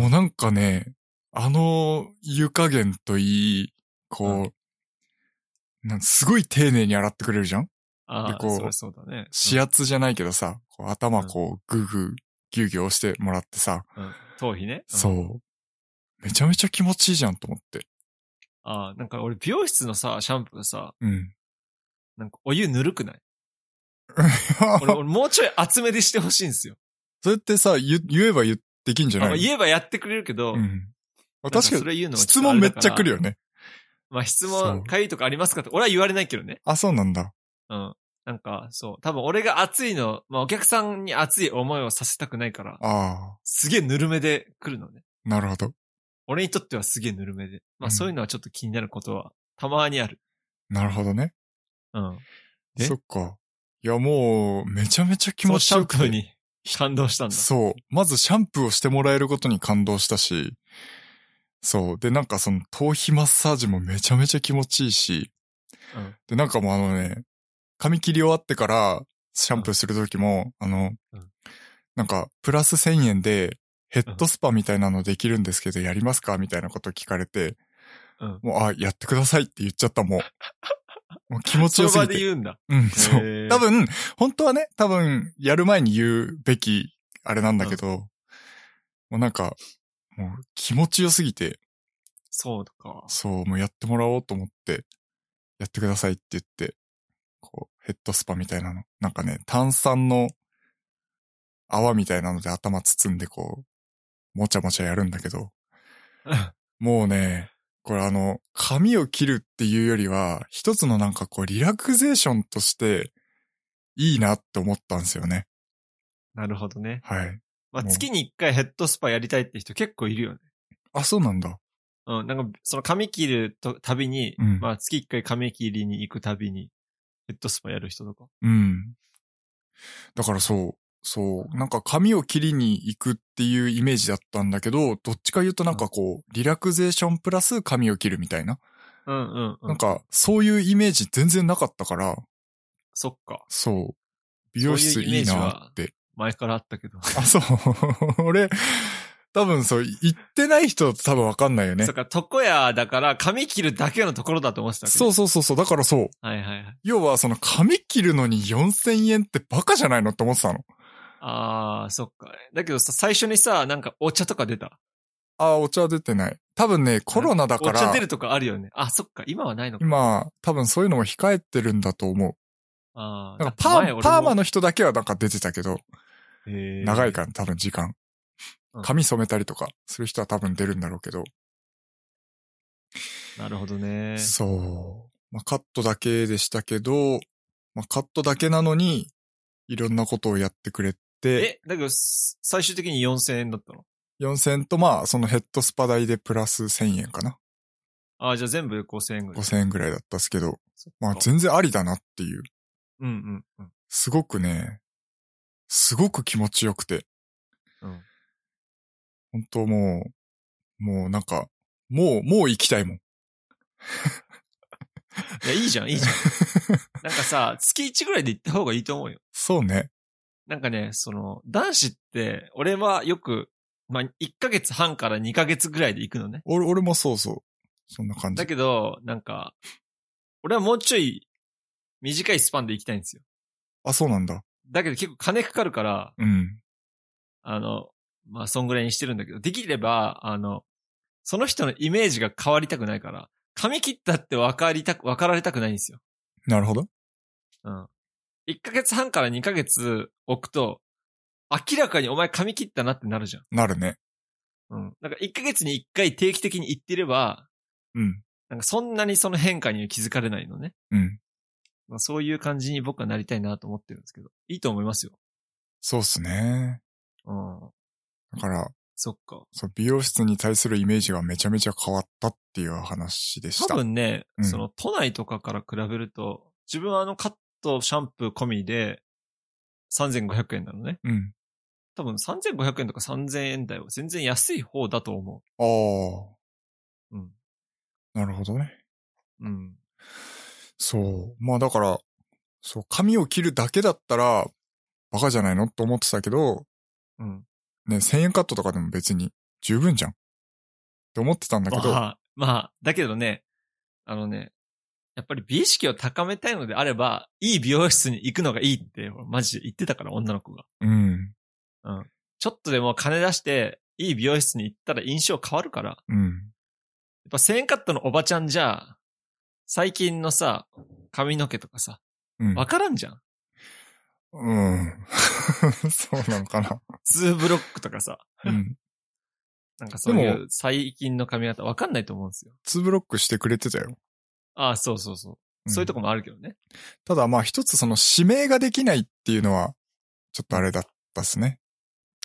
B: うなんかね、あの湯加減といい、こう、なんすごい丁寧に洗ってくれるじゃん
A: あ
B: で
A: あ、
B: こう
A: そりゃそうだね。
B: 指圧じゃないけどさ、こう頭こうグーグー、ギュギュ押してもらってさ、
A: うんうん頭皮ね。うん
B: そう。めちゃめちゃ気持ちいいじゃんと思って。
A: ああ、なんか俺美容室のさ、シャンプーさ、
B: うん。
A: なんかお湯ぬるくない 俺、俺もうちょい厚めでしてほしいんですよ。
B: それってさ、言言えば言ってきんじゃ
A: あ
B: ない
A: まあ
B: の
A: 言えばやってくれるけど、
B: うん。まあ
A: なん
B: 確か
A: そ
B: に、
A: れ言うのは
B: 質
A: ょとあ
B: 問
A: れ
B: めっ
A: だ
B: ちゃ
A: から
B: 来るよね。
A: まあ質
B: そ
A: 問、
B: う
A: かゆいとかありますかって、俺は言われないけどね。
B: あ、そうなんだ。
A: うん。なんか、そう。多分俺が熱いの、まあお客さんに熱い思いをさせたくないから、
B: あ
A: すげえぬるめで来るのね。
B: あ、なるほど。
A: 俺にとってはすげえぬるめで。ま
B: う
A: あ
B: ん
A: そういうのはちょっと気になることは、たまにある。
B: なるほどね。
A: うん。え
B: そっか。いや、もう、めちゃめちゃ気
A: 気
B: 持
A: 持
B: ち
A: シャ
B: よ
A: ンプー
B: くて。
A: に感動したんだ。
B: そう。まずシャンプーをしてもらえることに感動したし、そう。で、なんかその頭皮マッサージもめちゃめちゃ気持ちいいし、
A: うん
B: で、なんかもうあのね、髪切り終わってからシャンプーするときも、あの、
A: うん
B: なんか、プラス1000円でヘッドスパみたいなのできるんですけど、やりますかみたいなこと聞かれて、
A: うん
B: もう、あ、やってくださいって言っちゃった、もう。もう気持ち
A: そ
B: よ
A: の
B: す
A: 場
B: ぎ
A: で
B: て。
A: 言うんだ。
B: うん、そ
A: へ
B: う
A: ー。
B: 多分、本当はね、多分、やる前に言うべき、あれなんだけど、もうなんか、もう気持ちよすぎて、
A: そうか。
B: そう、もうやってもらおうと思って、やってくださいって言って、こう、ヘッドスパみたいなの。なんかね、炭酸の泡みたいなので頭包んでこう、もちゃもちゃやるんだけど、もうね、これあの、髪を切るっていうよりは、一つのなんかこう、リラクゼーションとして、いいなって思ったんですよね。
A: なるほどね。
B: はい。
A: まあ、
B: もう
A: 月に一回ヘッドスパやりたいって人結構いるよね。
B: あ、そうなんだ。
A: うん。なんか、その髪切るとたびに、
B: うん
A: まあ、月一回髪切りに行くたびに、ヘッドスパやる人とか。
B: うん。だからそう、そう、なんか髪を切りに行くっていうイメージだったんだけど、どっちか言うとなんかこう、リラクゼーションプラス髪を切るみたいな。
A: うんうんう
B: なん
A: ん。
B: か、そういうイメージ全然なかったから、
A: そっか。
B: そう。美容室いいなって。
A: 前からあったけど。
B: あ、そう。俺、多分そう、行ってない人だと多分わかんないよね
A: そっ。か、床屋だから髪切るだけのところだと思ってたわけね
B: そうそうそうそう、だからそう。
A: はいはいはい。
B: 要はその髪切るのに4000円ってバカじゃないのって思ってたの。
A: あー、そっか。だけどさ、最初にさ、なんかお茶とか出た。
B: ああ、お茶出てない。多分ね、コロナだか
A: お茶
B: ら
A: 出、るとかあるよね。あ、そっか、今はないのか。
B: 今、多分そういうのも控えてるんだと思
A: あ
B: う。
A: ー
B: なんかパ
A: 前俺
B: ー
A: も
B: パーマの人だけはなんか出てたけど、
A: へー
B: 長いから多分時間
A: うん。
B: 髪染めたりとかする人は多分出るんだろうけど、
A: なるほどね。
B: そう。まあ、カットだけでしたけど、まあ、カットだけなのに、いろんなことをやってくれて、
A: え、だけど、す最終的に4000円だったの
B: 4000円とまあ、そのヘッドスパ代でプラス1000円かな。
A: あー、じゃあ全部で5000円ぐらい。
B: 5000円ぐらいだったっすけど、
A: そっか
B: まあ全然ありだなっていう。
A: うんうんうん。
B: すごくね、すごく気持ちよくて。
A: うん
B: 本当もう、もうなんか、もう、もう行きたいもん。
A: いや、いいじゃん、 いいじゃん。なんかさ、月1ぐらいで行った方がいいと思うよ。
B: そうね。
A: なんかね、その、男子って、俺はよく、まあ、1ヶ月半から2ヶ月ぐらいで行くのね。
B: 俺、俺もそうそう。そんな感じ
A: だ。けど、なんか、俺はもうちょい短いスパンで行きたいんですよ。
B: あ、そうなんだ。
A: だけど結構金かかるから、
B: うん。
A: あの、まあ、そんぐらいにしてるんだけど、できれば、あの、その人のイメージが変わりたくないから、髪切ったって分かりたく、分かられたくないんですよ。
B: なるほど。
A: うん。1ヶ月半から2ヶ月置くと、明らかにお前髪切ったなってなるじゃん。
B: なるね。
A: うん。なんか1ヶ月に1回定期的に行ってれば、
B: うん。
A: なんかそんなにその変化に気づかれないのね。
B: うん。
A: まあ、そういう感じに僕はなりたいなと思ってるんですけど。いいと思いますよ。
B: そうっすね。
A: うん。
B: だから、
A: そっか。
B: そう美容室に対するイメージがめちゃめちゃ変わったっていう話でし
A: 多
B: た。
A: 分ね、
B: うん
A: その都内とかから比べると、自分はあのカット、シャンプー込みで3500円なのね。
B: うん。
A: 多分3500円とか3000円台は全然安い方だと思
B: ああ、
A: う。うん。
B: なるほどね。
A: うん。
B: そう。まあだから、そう、髪を切るだけだったら、バカじゃないのと思ってたけど、
A: うん。
B: ね、1000円カットとかでも別に十分じゃん。って思ってたんだけど、
A: まあ、まあ、だけどね、あのね、やっぱり美意識を高めたいのであれば、いい美容室に行くのがいいって、マジで言ってたから、女の子が。
B: うん、
A: ちょっとでも金出して、いい美容室に行ったら印象変わるから、やっ
B: うん、
A: ぱ1000円カットのおばちゃんじゃ、最近のさ、髪の毛とかさ、
B: うん。
A: わからんじゃん。
B: うん。 そうなのかな。
A: ツーブロックとかさ、
B: うん。
A: なんかそうい
B: で
A: う最近の髪型わかんないと思うんですよ。
B: ツーブロックしてくれてたよ。
A: ああ、そうそうそう。
B: うん
A: そういうとこもあるけどね。
B: ただまあ一つその指名ができないっていうのは、ちょっとあれだったっすね。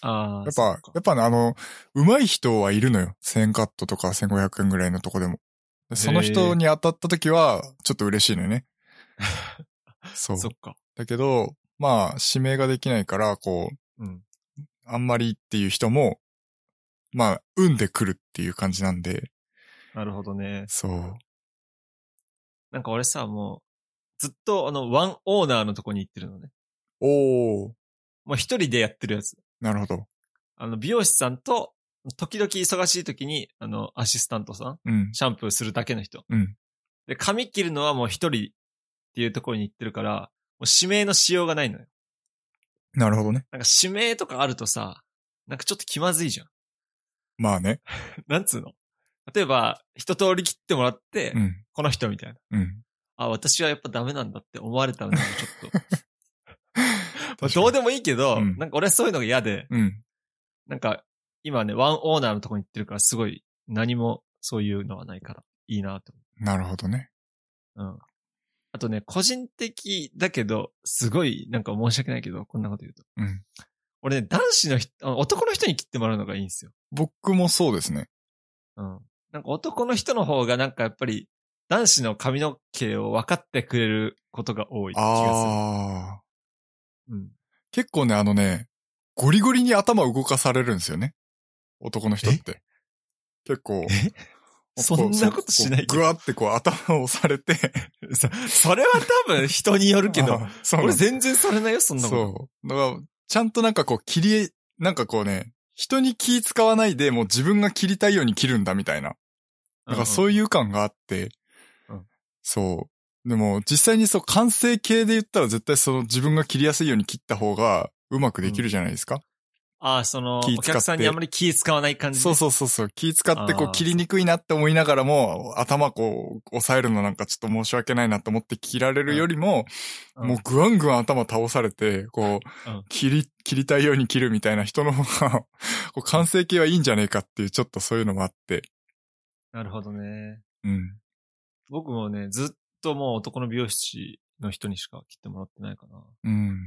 A: ああ。
B: やっ
A: そ
B: ぱ
A: うか、
B: やっぱね、あの、上手い人はいるのよ。1000円カットとか1500円ぐらいのとこでも。でその人に当たった時は、ちょっと嬉しいの よね。そう。
A: そっか。
B: だけど、まあ、指名ができないから、こう、
A: うん。
B: あんまりっていう人も、まあ、運で来るっていう感じなんで、
A: なるほどね。
B: そう。
A: なんか俺さ、もう、ずっとあの、ワンオーナーのとこに行ってるのね。
B: おー、
A: もう一人でやってるやつ。
B: なるほど。
A: あの、美容師さんと、時々忙しい時に、あの、アシスタントさん、
B: うん。
A: シャンプーするだけの人。
B: うん
A: で、髪切るのはもう一人っていうところに行ってるから、もう指名のしようがないのよ。
B: なるほどね。
A: なんか指名とかあるとさ、なんかちょっと気まずいじゃん。
B: まあね。
A: なんつうの例えば、一通り切ってもらって、
B: うん。
A: この人みたいな。
B: うん。
A: あ、私はやっぱダメなんだって思われたらなんかち ょっと。まあ
B: 確かに
A: どうでもいいけど、
B: うん
A: なんか俺はそういうのが嫌で、
B: うん。
A: なんか、今ね、ワンオーナーのとこに行ってるから、すごい、何もそういうのはないから、いいなと
B: なるほどね。
A: 思う。うん。あとね、個人的だけど、すごい、なんか申し訳ないけど、こんなこと言うと。
B: うん。
A: 俺ね、男子の人、あ男の人に切ってもらうのがいいんですよ。
B: 僕もそうですね。
A: うん。なんか男の人の方が、なんかやっぱり、男子の髪の毛を分かってくれることが多い 気が
B: あー。
A: する。うん。
B: 結構ね、あのね、ゴリゴリに頭動かされるんですよね。男の人って。結構。
A: えそんなことしないけど
B: ぐわってこう頭を押されて。
A: そ それは多分人によるけど、
B: あ、そうな
A: 俺
B: んだ
A: 全然されないよ、そんなこと。
B: そう。だから、ちゃんとなんかこう切り、なんかこうね、人に気使わないで、もう自分が切りたいように切るんだみたいな。なんかそういう感があって、
A: うん
B: そう。でも実際にそう完成形で言ったら絶対その自分が切りやすいように切った方がうまくできるじゃないですか。
A: ああ、その、
B: 気使
A: お
B: って
A: 客さんにあまり気使わない感じね。
B: そうそうそうそう。気使って
A: あ
B: こ
A: ー
B: う切りにくいなって思いながらも、頭こう押さえるのなんかちょっと申し訳ないなと思って切られるよりも、
A: うん
B: もうぐわんぐわん頭倒されて、こう、
A: うん
B: 切り、切りたいように切るみたいな人の方が、 こう完成形はいいんじゃねえかっていうちょっとそういうのもあって。
A: なるほどね。
B: うん。
A: 僕もね、ずっともう男の美容師の人にしか切ってもらってないかな。
B: うん。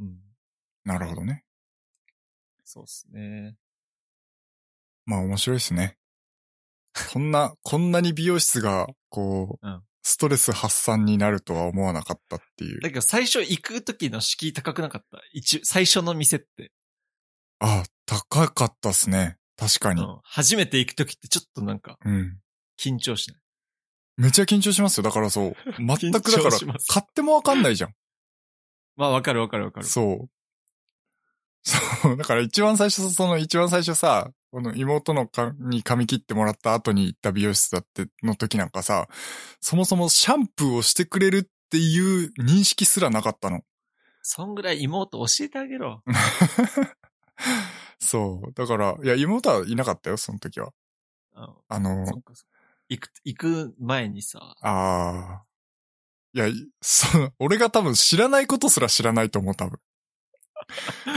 A: うん。
B: なるほどね。
A: そうっすね。
B: まあ面白いですね。こんな、こんなに美容室が、こう、
A: うん
B: ストレス発散になるとは思わなかったっていう。
A: だけど最初行く時の敷居高くなかった。一、最初の店って。
B: あ、高かったっすね。確か
A: う
B: に。
A: ん。初めて行く時ってちょっとなんか
B: うん。
A: 緊張しない。
B: めっちゃ緊張しますよ。だからそう。全くだか
A: 緊張
B: ら、
A: します
B: 買ってもわかんないじゃん。
A: まあわかるわかるわかる。
B: そう。そう。だから一番最初、その一番最初さ、この妹のかに髪切ってもらった後に行った美容室だっての時なんかさ、そもそもシャンプーをしてくれるっていう認識すらなか ったの。
A: そんぐらい妹教えてあげろ。
B: そう。だから、いや、妹はいなかったよ、その時は。
A: うん
B: あの、
A: そっかそっか行く、行く前にさ、
B: ああ。いや、い そう、俺が多分知らないことすら知らないと思う、多分。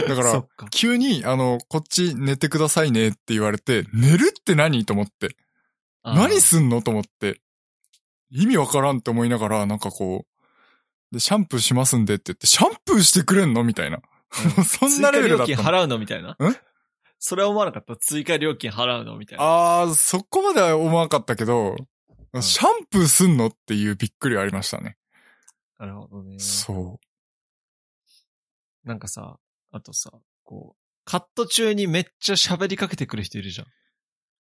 B: だか
A: そ
B: ら
A: っ、か。
B: 急に、あの、こっち寝てくださいねって言われて、寝るって何と思って。
A: あー
B: 何すんのと思って。意味わからんって思いながら、なんかこう、で、シャンプーしますんでって言って、シャンプーしてくれんのみたいな。
A: うん
B: そんなレベルだっ
A: 追
B: た
A: 加料金
B: の。
A: 払うのみたいな。
B: ん
A: それは思わなかった。追加料金払うのみたいな。
B: あー、そこまでは思わなかったけど、
A: ん
B: シャンプーすんのっていうびっくりはありましたね。
A: なるほどね。
B: そ
A: なんかさ、あとさ、こう、カット中にめっちゃ喋りかけてくる人いるじゃん。
B: う。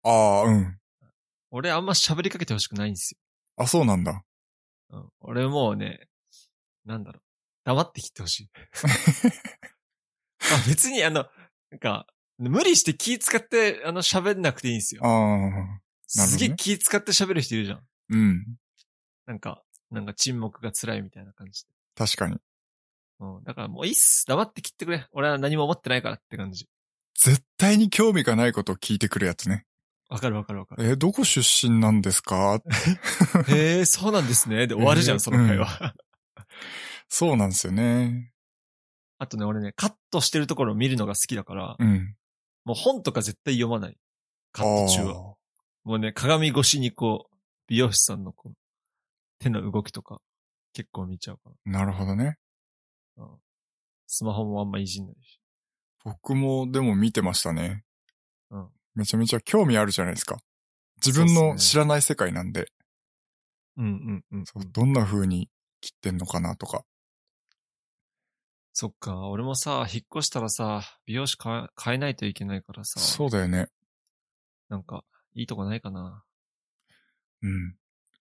B: あー、うん。
A: 俺あんま喋りかけてほしくないんです
B: あ、そうなんだ。
A: よ。うん。俺もうね、なんだろう、黙って切ってほしい。あ別にあの、なんか、無理して気使って、あの、喋んなくていいんですよ
B: あ。あ、どね
A: すげえ気使って喋る人いるじゃん。
B: うん。
A: なんか、なんか沈黙が辛いみたいな感じで。
B: 確かに。
A: うん。だからもういいっす。黙って切ってくれ。俺は何も思ってないからって感じ。
B: 絶対に興味がないことを聞いてくるやつね。
A: わかるわかるわか る。
B: えーどこ出身なんですか
A: へえ、そうなんですね。で終わるじゃ
B: え
A: ん、
B: ー
A: その会話。
B: そうなんですよね。
A: あとね、俺ね、カットしてるところを見るのが好きだから、
B: うん。
A: もう本とか絶対読まない。カット中は。
B: は。
A: もうね、鏡越しにこう、美容師さんのこう、手の動きとか、結構見ちゃうか
B: なるほどね。
A: ら。うん。スマホもあんまいじんないし。
B: 僕もでも見てましたね。
A: うん。
B: めちゃめちゃ興味あるじゃないですか。自分
A: そうっす
B: の
A: ね
B: 知らない世界なんで、
A: うんうんうん。
B: そうどんな風に切ってんのかなとか。
A: そっか、俺もさ、引っ越したらさ、美容師変え変えないといけないからさ、
B: そうだよね。
A: なんか、いいとこないかな。
B: うん。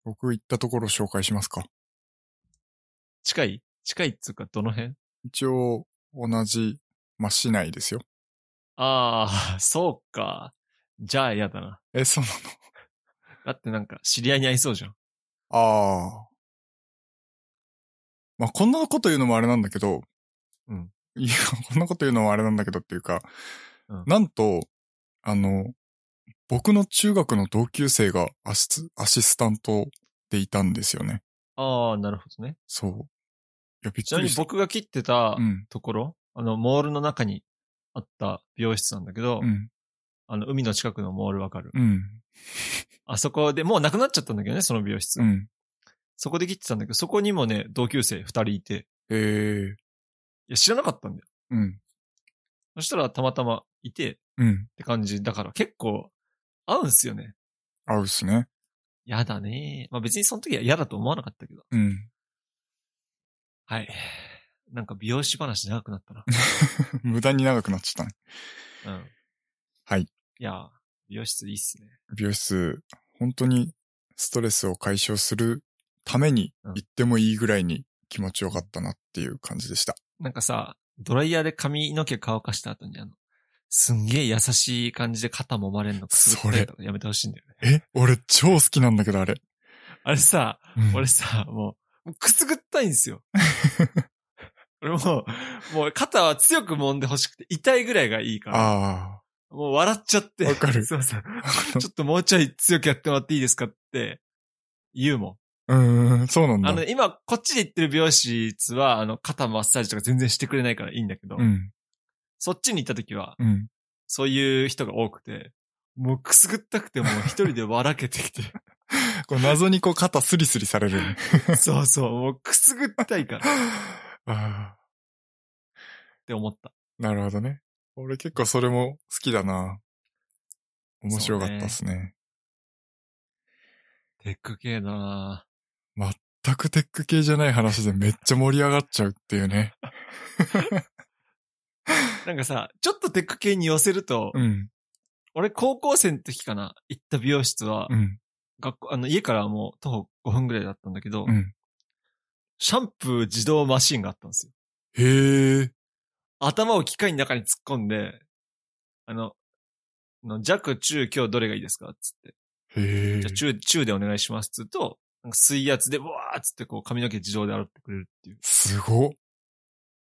B: 僕行ったところ紹介しますか。
A: 近い近いっつうか、どの辺
B: 一応、同じ、まあ、市内ですよ。
A: ああ、 そうか。じゃあ嫌だな。
B: え、そうな
A: だってなんか、知り合いに会いそうじゃん。
B: のああ。まあ、こんなこと言うのもあれなんだけど、
A: うん。
B: いや、こんなこと言うのもあれなんだけどっていうか、
A: うん
B: なんと、あの、僕の中学の同級生がアシスアシスタントでいたんですよね。
A: ああ、なるほどね。
B: そう。いや、びっ
A: ちな
B: く
A: み
B: り
A: に
B: した。
A: 僕が切ってた
B: うん。
A: ところ、あの、モールの中にあった美容室なんだけど、
B: うん。
A: あの、海の近くのモールわかる。
B: うん。
A: あそこで、もうなくなっちゃったんだけどね、その美容室。
B: うん。
A: そこで切ってたんだけど、そこにもね、同級生二人いて、い
B: えー。
A: や、知らなかったんだよ。
B: うん。
A: そしたらたまたまいて、
B: うん。
A: って感じ。だから結構、合うんすよね。
B: 合うっすね。
A: やだね。まあ別にその時は嫌だと思わなかったけど。
B: うん。
A: はい。なんか美容師話長くな ったな。
B: 無駄に長くなっちゃったね。
A: うん。
B: はい。
A: いやー、美容室いいっすね。
B: 美容室、本当にストレスを解消するために行ってもいいぐらいに気持ちよかったなっていう感じでした。
A: なんかさ、ドライヤーで髪の毛乾かした後にあの、すんげえ優しい感じで肩揉まれんのくすぐったりとかやめてほしいんだよね。
B: え俺超好きなんだけど、あれ。
A: あれさ、
B: うん
A: 俺さ、もう、くすぐったいんです よ。俺もう、もう肩は強く揉んでほしくて、痛いぐらいがいいから、
B: あ
A: もう笑っちゃって。
B: わかる
A: そう そう。
B: あ。
A: ちょっともうちょい強くやってもらっていいですかって言うも
B: うーん、そうなん
A: ん。
B: だ。
A: あの、今、こっちで行ってる美容室は、あの、肩マッサージとか全然してくれないからいいんだけど、
B: うん、
A: そっちに行った時は、
B: うん。
A: そういう人が多くて、もうくすぐったくてもう一人で笑けてき て。
B: こう謎にこう肩スリスリされるよ ね。
A: そうそう、もうくすぐったいからっ
B: ああ、
A: て思った。
B: なるほどね。俺結構それも好きだな。面白かったっすね。
A: テック系だなぁ
B: 全くテック系じゃない話でめっちゃ盛り上がっちゃうっていうね。
A: なんかさ、ちょっとテック系に寄せると、
B: うん、
A: 俺高校生の時かな、行った美容室は、
B: うん、
A: 学校、あの、家からはもう徒歩5分ぐらいだったんだけど、
B: うん。
A: シャンプー自動マシンがあったんですよ。
B: へえ、
A: 頭を機械の中に突っ込んで、あの、あの弱、中、今日どれがいいですかつって。
B: へえ
A: じゃあ、。中、中でお願いします。つうと、なんか水圧で、わーっつってこう髪の毛自動で洗ってくれるっていう
B: すごっ。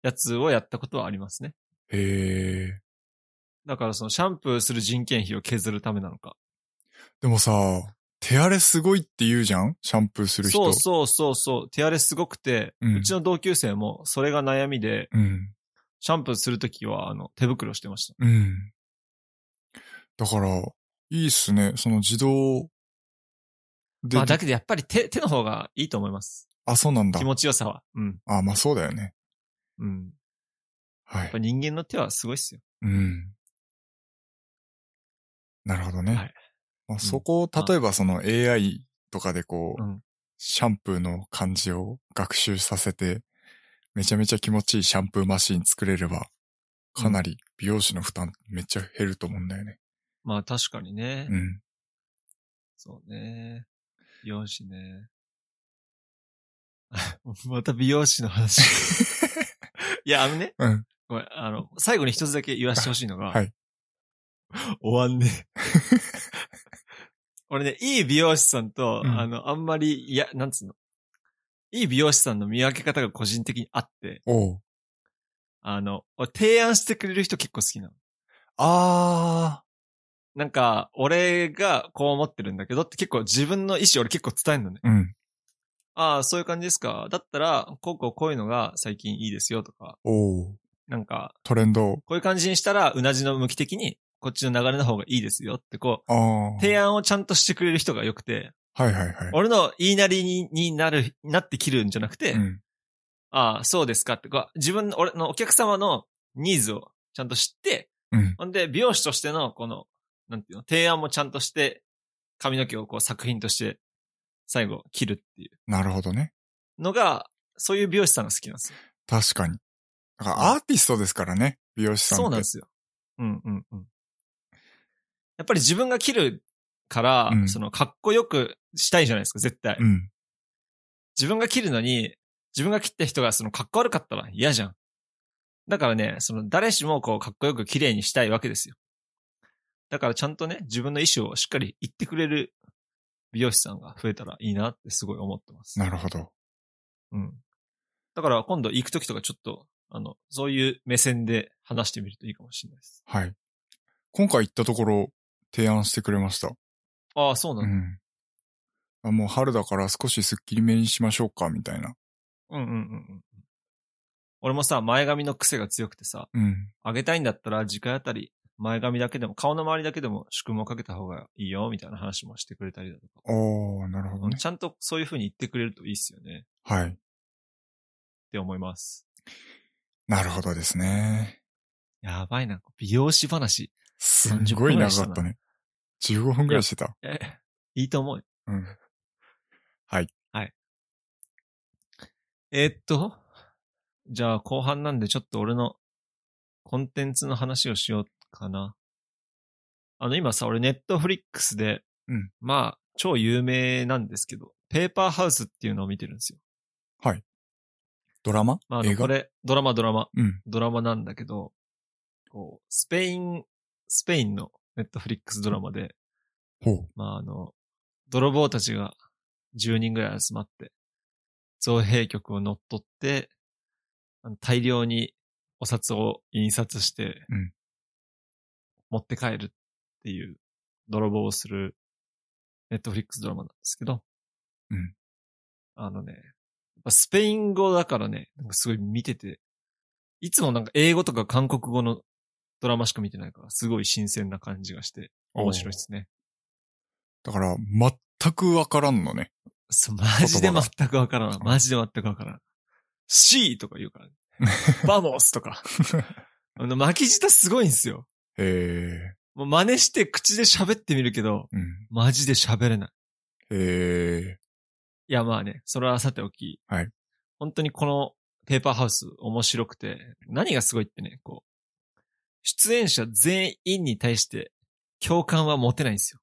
A: やつをやったことはありますね。
B: へえ。
A: だからそのシャンプーする人件費を削るためなのか。
B: でもさ、手荒れすごいって言うじゃんシャンプーする人。
A: そうそうそうそう。手荒れすごくて、
B: う
A: うんちの同級生もそれが悩みで、
B: うん。
A: シャンプーするときはあの手袋してました。
B: うん。だから、いいっすね。その自動で、
A: まあだけどやっぱり手、手の方がいいと思います。
B: あ、そうなんだ
A: 気。持ちよさは。うん。
B: あ、まあそうだよね。
A: うん。
B: は
A: やっ
B: い
A: ぱ。人間の手はすごいっすよ。
B: うん。なるほどね。
A: はい
B: まあ、そこを、
A: うん
B: 例えばその AI とかでこう、
A: うん
B: シャンプーの感じを学習させて、めちゃめちゃ気持ちいいシャンプーマシン作れれば、かなり美容師の負担めっちゃ減ると思うんだよね。
A: まあ確かにね。
B: うん。
A: そうね。美容師ね。 また美容師の話。いや、あのね。
B: うん
A: ごめん、あの、最後に一つだけ言わせてほしいのが。
B: はい。
A: 終わんね。 俺ね、いい美容師さんと、
B: うん
A: あの、あんまり、いや、なんつうの。いい美容師さんの見分け方が個人的にあって、
B: おう。
A: あの、俺提案してくれる人結構好きなの。
B: あ
A: なんか、俺がこう思ってるんだけどって結構自分の意思俺結構伝えるのね。
B: ー。うん。
A: ああ、そういう感じですか。だったら、こうこうこういうのが最近いいですよとか、
B: おう。
A: なんか、
B: トレンド。
A: こういう感じにしたら、うなじの向き的に、こっちの流れの方がいいですよって、こ
B: あ
A: う、
B: あ。
A: 提案をちゃんとしてくれる人が良くて、
B: はいはいはい。
A: 俺の言いなりにになる、なって切るんじゃなくて、
B: うん。
A: ああ、そうですかって、こう自分の、俺のお客様のニーズをちゃんと知って、
B: うん。
A: ほんで、美容師としての、この、なんていうの、提案もちゃんとして、髪の毛をこう作品として、最後、切るってい
B: なるほどね。
A: うのが、そういう美容師さんが好きなんですよ。
B: 確かに。だからアーティストですからね。美容師さんって。
A: そうなんですよ。うんうんうん。やっぱり自分が切るから、
B: うん
A: その、かっこよくしたいじゃないですか、絶対。
B: うん。
A: 自分が切るのに、自分が切った人がその、かっこ悪かったら嫌じゃん。だからね、その、誰しもこう、かっこよく綺麗にしたいわけですよ。だからちゃんとね、自分の意思をしっかり言ってくれる美容師さんが増えたらいいなってすごい思ってます。
B: なるほど。
A: うん。だから今度行くときとかちょっと、あの、そういう目線で話してみるといいかもしれないです。
B: はい。今回行ったところ、提案してくれました。
A: ああ、そうなん
B: う
A: だ。
B: ん。あもう春だから少しスッキリめにしましょうか、みたいな。
A: うんうんうんうん。俺もさ、前髪の癖が強くてさ、
B: うん。
A: 上げたいんだったら次回あたり、前髪だけでも、顔の周りだけでも宿毛かけた方がいいよ、みたいな話もしてくれたりだとか。
B: おー、なるほどね。
A: ちゃんとそういう風に言ってくれるといいっすよね、っ
B: はい。
A: て思います。
B: なるほどですね。
A: やばいな、美容師話。
B: すんごい長かったね。15分ぐらいしてた。
A: え、いいと思うよ。
B: うん。
A: えーっと、じゃあ後半なんでちょっと俺のコンテンツの話をしようかな。あの今さ、俺ネットフリックスで、
B: うん
A: まあ超有名なんですけど、ペーパーハウスっていうのを見てるんですよ。
B: ドラマ、
A: まああ
B: 映
A: の
B: 画
A: これドラマドラマ、
B: うん。
A: ドラマなんだけど、こう、スペインスペインのネットフリックスドラマで、
B: ほう。
A: まああの、泥棒たちが10人ぐらい集まって、造幣局を乗っ取って、あの大量にお札を印刷して、
B: うん
A: 持って帰るっていう泥棒をするネットフリックスドラマなんですけど、
B: うん
A: あのね、やっぱスペイン語だからね、なんかすごい見てて、いつもなんか英語とか韓国語のドラマしか見てないから、すごい新鮮な感じがして、面白いですね。
B: だから、全くわからんのね。
A: そう、マジで全くわからん。マジで全くわからん。シーとか言う から、ね。バモスとか。あの、巻き舌すごいんですよ。
B: へ
A: もう真似して口で喋ってみるけど、
B: え。うん。
A: マジで喋れない。
B: へえ。
A: いや、まあね、それはさておき。
B: はい。
A: 本当にこのペーパーハウス面白くて、何がすごいってね、こう、出演者全員に対して共感は持てないんですよ。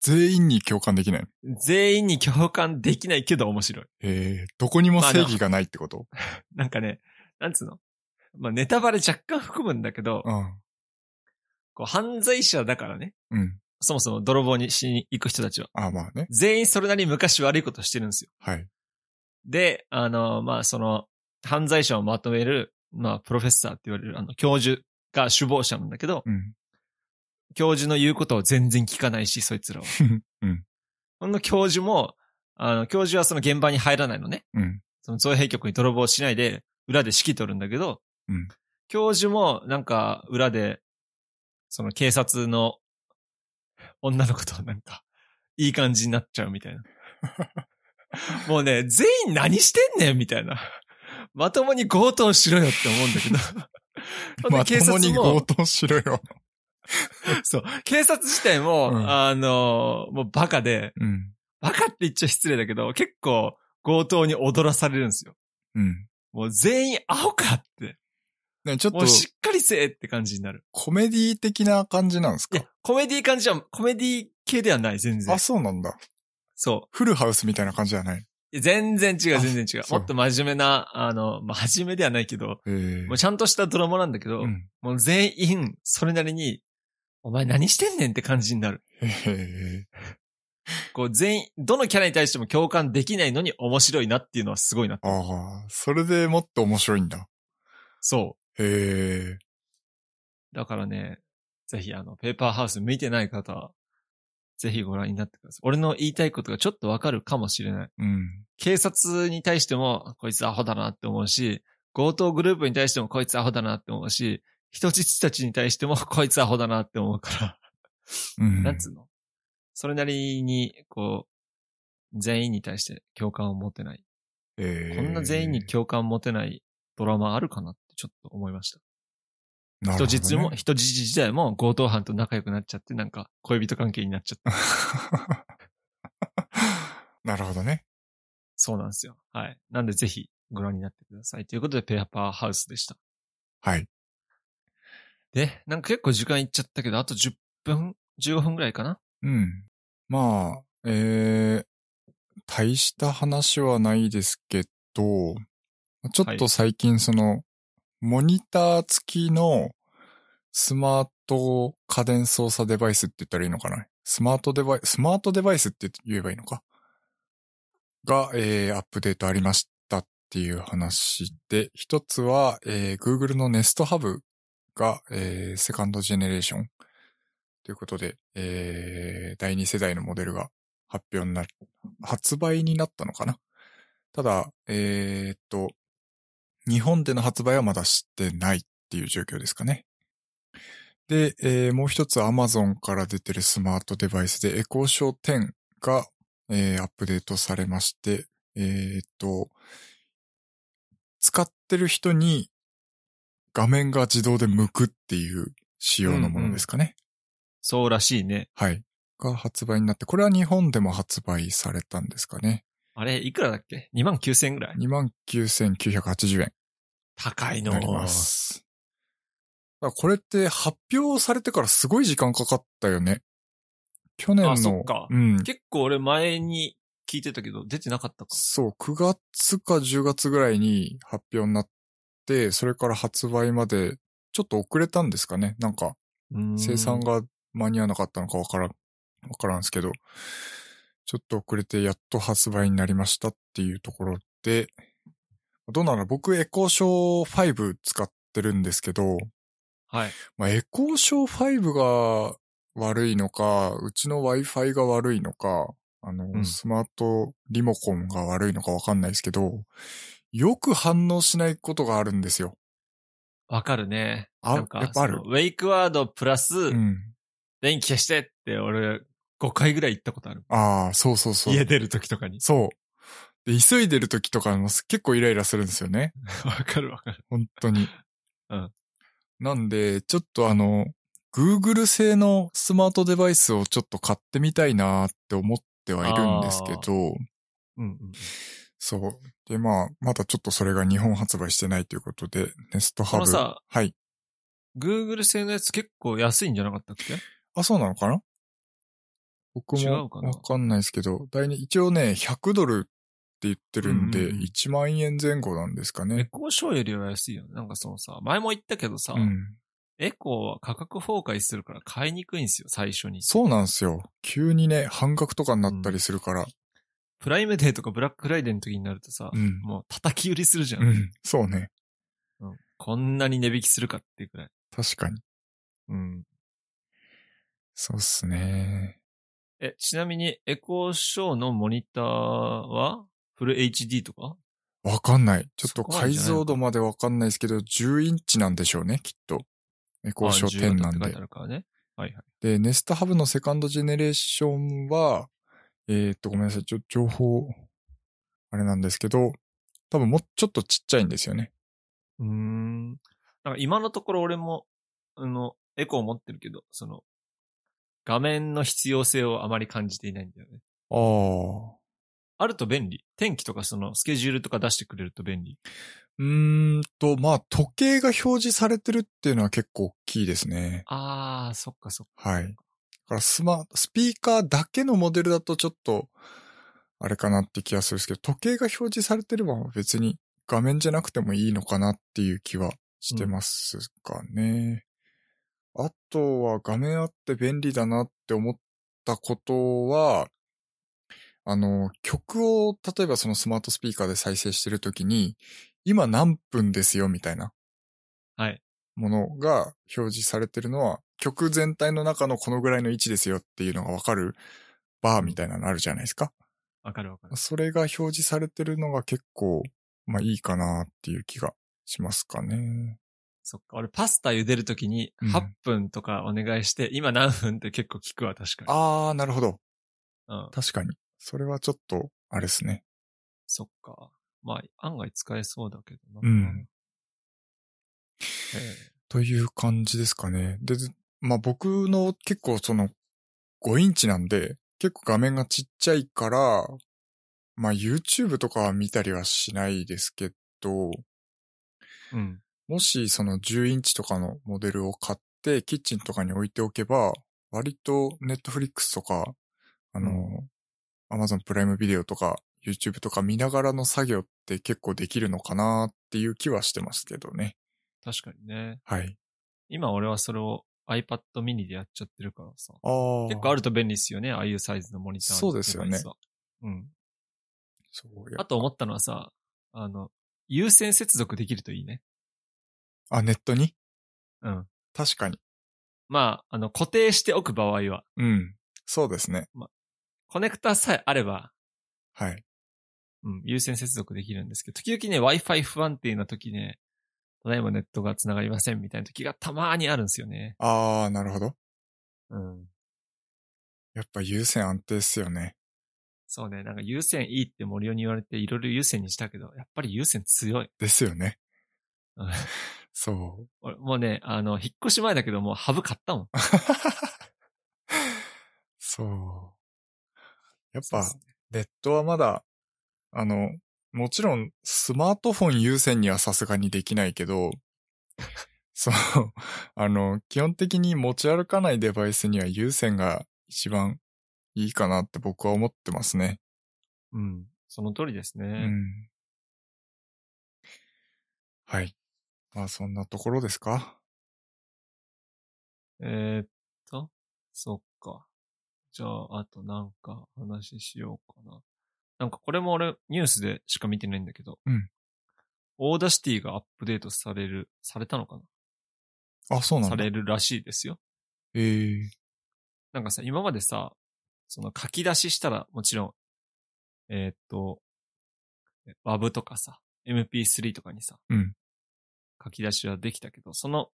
B: 全員に共感できない。
A: 全員に共感できないけど面白い。
B: ええ。どこにも正義がないってこと、
A: なんかね、なんつうのまあネタバレ若干含むんだけど、こう犯罪者だからね。
B: うん。うん。
A: そもそも泥棒にしに行く人たちは。
B: あまあね。
A: 全員それなりに昔悪いことしてるんですよ。
B: はい。
A: で、あの、まあ、その、犯罪者をまとめる、まあ、プロフェッサーって言われる、あの、教授が首謀者なんだけど、
B: うん。
A: 教授の言うことを全然聞かないし、そいつらは。
B: うん。
A: その教授も、あの、教授はその現場に入らないのね。
B: うん。
A: その造幣局に泥棒しないで、裏で指揮取るんだけど、
B: うん
A: 教授も、なんか、裏で、その警察の女の子となんか、いい感じになっちゃうみた いな。もうね、全員何してんねんみたいな。まともに強盗しろよって思うんだけど。 ほんで
B: ま
A: 警
B: とも
A: 察
B: に強盗しろよ。
A: そう。警察自体も、
B: うん
A: あの、もうバカで、
B: うん。
A: バカって言っちゃ失礼だけど、結構強盗に踊らされるんですよ。
B: うん。
A: もう全員アホかって。
B: ね、ちょっ
A: も
B: と
A: う、しっかりせえって感じになる。
B: コメディ的な感じなんです
A: い
B: か
A: や、コメディ感じは、コメディ系ではない、全然
B: あ、。そうなんだ。
A: そ
B: フルハウスみたいな感じじゃない。
A: う。いや全然違う、
B: あ
A: 全然違う。
B: そう
A: もっと真面目な、あの、真面目ではないけど、
B: へえ。
A: もうちゃんとしたドラマなんだけど、
B: うん。
A: もう全員、それなりに、お前何してんねんって感じになる。
B: へえ。
A: こう全員、どのキャラに対しても共感できないのに面白いなっていうのはすごいな。
B: ああ、それでもっと面白いんだ。
A: そ
B: へえ。
A: う。だからね、ぜひあの、ペーパーハウス見てない方は、ぜひご覧になってください。俺の言いたいことがちょっとわかるかもしれない。
B: うん。
A: 警察に対しても、こいつアホだなって思うし、強盗グループに対してもこいつアホだなって思うし、人質たちに対してもこいつアホだなって思うから、
B: うん。
A: なんつうのそれなりに、こう、全員に対して共感を持てない。
B: へえ
A: こんな全員に共感持てないドラマあるかなってちょっと思いました。
B: なるほ
A: 人
B: どね
A: 質も、人質自体も強盗犯と仲良くなっちゃって、なんか恋人関係になっちゃって。
B: なるほどね。
A: そうなんですよ。はい。なんでぜひご覧になってください。ということで、ペアパーハウスでした。
B: はい。
A: で、なんか結構時間いっちゃったけど、あと10分 ?15 分ぐらいかな
B: うん。まあ、えー、大した話はないですけど、ちょっと最近その、モニター付きのスマート家電操作デバイスって言ったらいいのかなスマートデバイス、スマートデバイスって言えばいいのかが、えー、アップデートありましたっていう話で、一つは、えー、Google の Nest Hub が、えー、セカンドジェネレーションということで、えー、第2世代のモデルが発表になる、発売になったのかなただ、えーっと、日本での発売はまだしてないっていう状況ですかね。で、えーもう一つ Amazon から出てるスマートデバイスで Echo Show 10が、えーアップデートされまして、えーっと、使ってる人に画面が自動で向くっていう仕様のものですかね。
A: そうらしいね。
B: はい。が発売になって、これは日本でも発売されたんですかね。
A: あれ、いくらだっけ ?2 万9000円ぐらい
B: 29,980円
A: 高い
B: に
A: の
B: なります。だからこれって発表されてからすごい時間かかったよね。去年の、
A: あそっか
B: うん。
A: 結構俺前に聞いてたけど、出てなかったか。
B: そう、9月か10月ぐらいに発表になって、それから発売までちょっと遅れたんですかね。なんか、
A: うん
B: 生産。が間に合わなかったのかわからん、わからんですけど、ちょっと遅れてやっと発売になりましたっていうところで、どうなの僕、エコーショー5使ってるんですけど、
A: はい。
B: まあ、エコーショー5が悪いのか、うちの Wi-Fi が悪いのか、あの、
A: うん
B: スマートリモコンが悪いのかわかんないですけど、よく反応しないことがあるんですよ。
A: わかるね。
B: あ
A: なんか
B: やっぱある
A: そのウェイクワードプラス、
B: うん。
A: 電気消してって俺5回ぐらい行ったことある。
B: ああ、そうそうそう。
A: 家出る時とかに。
B: そう。で、急いでる時とかも結構イライラするんですよね。
A: わかるわかる。
B: 本当に。
A: うん。
B: なんで、ちょっとあの、Google 製のスマートデバイスをちょっと買ってみたいなーって思ってはいるんですけど、
A: うんうん。
B: そう。で、まあ、まだちょっとそれが日本発売してないということで、ネスト
A: こ
B: ハブ。
A: のさ、
B: はい。
A: Google 製のやつ結構安いんじゃなかったっけ
B: あ、そうなのかな僕
A: 違
B: も
A: うかな
B: わかんないですけど、第二一応ね、100ドルって言ってるん
A: うんう
B: で、
A: んうん
B: 1万円前後なんですか
A: エ
B: ね。
A: コーショーよりは安いよね。なんかそのさ、前も言ったけどさ、
B: うん。
A: エコーは価格崩壊するから買いにくいんですよ、最初に。
B: そうなんですよ。急にね、半額とかになったりするから。
A: プライムデーとかブラックフライデーの時になるとさ、
B: うん。
A: もう叩き売りするじゃん,、
B: うん。そうね。
A: うん。こんなに値引きするかっていうくらい。
B: 確かに。
A: うん。
B: そうっすね。
A: え、ちなみにエコーショーのモニターはフル HD とか
B: わかんない。ちょっと
A: そこなん
B: 解
A: じゃないの
B: 像度までわかんないですけど、10インチなんでしょうね、きっと。エコーショー10なん
A: あ10だって書い
B: で
A: てあ。るからね。はいはい。
B: で、ネストハブのセカンドジェネレーションは、えーっと、ごめんなさい、ちょ、情報、あれなんですけど、多分もうちょっとちっちゃいんですよね。
A: うーん。なんか今のところ俺も、あの、エコー持ってるけど、その、画面の必要性をあまり感じていないんだよね。
B: ああ。
A: あると便利。天気とかそのスケジュールとか出してくれると便利。
B: うーんと、まあ、時計が表示されてるっていうのは結構大きいですね。
A: あー、そっかそっか。
B: はい。だからスマ、スピーカーだけのモデルだとちょっと、あれかなって気がするんですけど、時計が表示されてれば別に画面じゃなくてもいいのかなっていう気はしてますかね。あとは画面あって便利だなって思ったことは、あの、曲を例えばそのスマートスピーカーで再生してるときに、今何分ですよみたいな。
A: はい。
B: ものが表示されてるのは、曲全体の中のこのぐらいの位置ですよっていうのがわかるバーみたいなのあるじゃないですか。
A: わかるわかる。
B: それが表示されてるのが結構、まあいいかなっていう気がしますかね。
A: そっか。俺パスタ茹でるときに
B: うん
A: 8分とかお願いして、今何分って結構聞くわ、確かに。
B: あー、なるほど。
A: うん。
B: 確かに。それはちょっと、あれですね。
A: そっか。まあ、案外使えそうだけどな。
B: うん
A: え
B: という感じですかね。で、まあ僕の結構その5インチなんで、結構画面がちっちゃいから、まあ YouTube とかは見たりはしないですけど、
A: えうん。
B: もしその10インチとかのモデルを買って、キッチンとかに置いておけば、割と Netflix とか、あの、Amazon プライムビデオとか、YouTube とか見ながらの作業って結構できるのかなっていう気はしてますけどね。
A: 確かにね。
B: はい。
A: 今俺はそれを iPad mini でやっちゃってるからさ。
B: ああ。
A: 結構あると便利ですよね。ああいうサイズのモニターの
B: そうですよね
A: デバイスは。うん。
B: そうや
A: あと思ったのはさ、あの、有線接続できるといいね。
B: あ、ネットに
A: うん。
B: 確かに。
A: まあ、あの、固定しておく場合は、
B: うん。そうですね。
A: コネクタさえあれば、
B: はい。
A: うん、有線接続できるんですけど、時々ね、Wi-Fi 不安定な時ね、ただいまネットが繋がりませんみたいな時がたまーにあるんですよね。
B: ああ、なるほど。
A: うん。
B: やっぱ優先安定っすよね。
A: そうね、なんか有線いいって森尾に言われていろいろ有線にしたけど、やっぱり有線強い。
B: ですよね
A: うん。
B: そう。
A: 俺もうね、あの、引っ越し前だけどもうハブ買ったもん。
B: そう。やっ
A: そうっ
B: ぱ
A: す、
B: ネットはまだ、あの、もちろん、スマートフォン優先にはさすがにできないけ ど、そう、あの、基本的に持ち歩かないデバイスには優先が一番いいかなって僕は思ってますね。
A: うん。その通りですね。
B: うん。はい。まあ、そんなところですか
A: えーっと、そっか。じゃあ、あとなんか話しようかな。なんかこれも俺ニュースでしか見てないんだけど。
B: うん。
A: オーダーシティがアップデートされる、されたのか
B: あ、そう
A: な
B: な
A: さ
B: んだ。
A: れるらしいですよ。
B: ええ
A: なんかさ、今までさ、その書き出ししたらもちろん、えーっと、WAV とかさ、MP3 とかにさ、
B: うん
A: 書き出しはできたけど、その、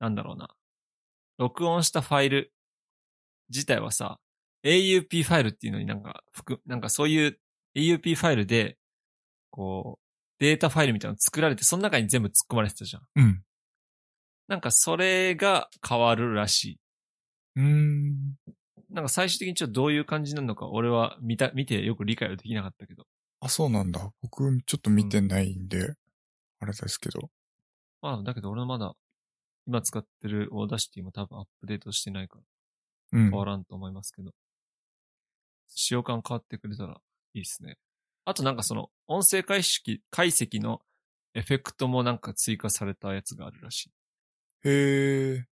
A: なんだろうな、録音したファイル自体はさ、AUP ファイルっていうのになんか、含なんかそういう AUP ファイルで、こう、データファイルみたいなの作られて、その中に全部突っ込まれてたじゃん。
B: うん。
A: なんかそれが変わるらしい。
B: うーん。
A: なんか最終的にちょっとどういう感じになるのか、俺は見た、見てよく理解はできなかったけど。
B: あ、そうなんだ。僕、ちょっと見てないんで、あれですけど。
A: まあ、だけど俺はまだ、今使ってるオーダーシティも多分アップデートしてないから
B: うん
A: 変。わらんと思いますけど。使用感変わってくれたらいいですね。あとなんかその、音声解析、解析のエフェクトもなんか追加されたやつがあるらしい。
B: へえ。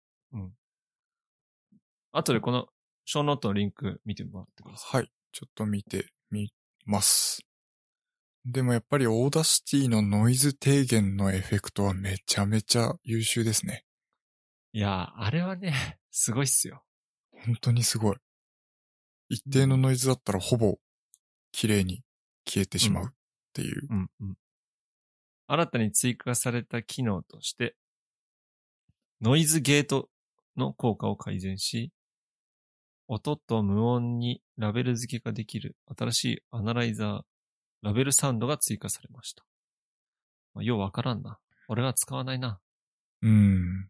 A: 後でこの、ショーノートのリンク見てもらってください。
B: はい。ちょっと見てみます。でもやっぱりオーダーシティのノイズ低減のエフェクトはめちゃめちゃ優秀ですね。
A: いやー、あれはね、すごいっすよ。
B: 本当にすごい。一定のノイズだったらほぼ綺麗に消えてしまうっていう。
A: うんうん。新たに追加された機能として、ノイズゲートの効果を改善し、音と無音にラベル付けができる新しいアナライザー、ラベルサウンドが追加されました。まあ、ようわからんな。俺は使わないな。
B: うん。
A: い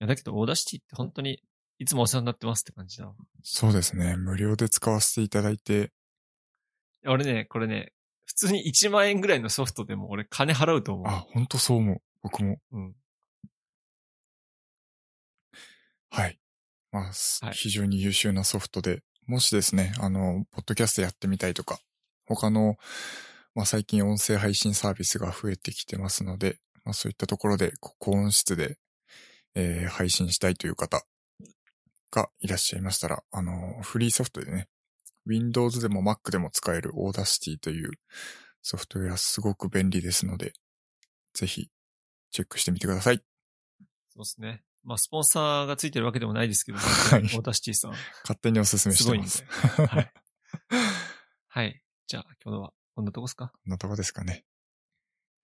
A: や、だけど、オーダーシティって本当にいつもお世話になってますって感じだわ。
B: そうですね。無料で使わせていただいて、
A: いや俺ね、これね、普通に1万円ぐらいのソフトでも俺金払うと思う。
B: あ、本当そう思う。僕も。
A: うん。
B: はい。まあ、す
A: はい
B: 非常に優秀なソフトで、もしですね、あの、ポッドキャストやってみたいとか、他の、まあ最近音声配信サービスが増えてきてますので、まあそういったところで、こう高音質で、えー配信したいという方がいらっしゃいましたら、あの、フリーソフトでね、Windows でも Mac でも使える Audacity というソフトウェアすごく便利ですので、ぜひチェックしてみてください。
A: そうですね。まあ、スポンサーがついてるわけでもないですけ ど、
B: はい
A: オーダーシティさん。
B: 勝手におすすめしてます。
A: す はいはい。じゃあ、今日はこんなとこっすか
B: こんなとこですかね。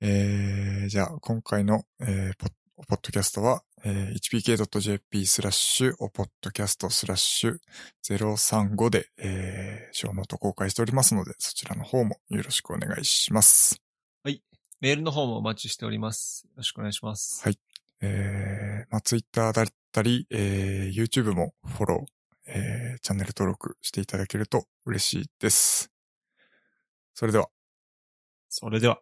B: えー、じゃあ、今回の、えーポッ、ポッドキャストは、えー hpk.jp スラッシュ、おポッドキャストスラッシュ035で、えー、小ノート公開しておりますので、そちらの方もよろしくお願いします。
A: メールの方もお待ちしております。よろしくお願いします。
B: はいえー、まあ、Twitter だったり、えー、YouTube もフォロー、えー、チャンネル登録していただけると嬉しいです。それでは。
A: それでは。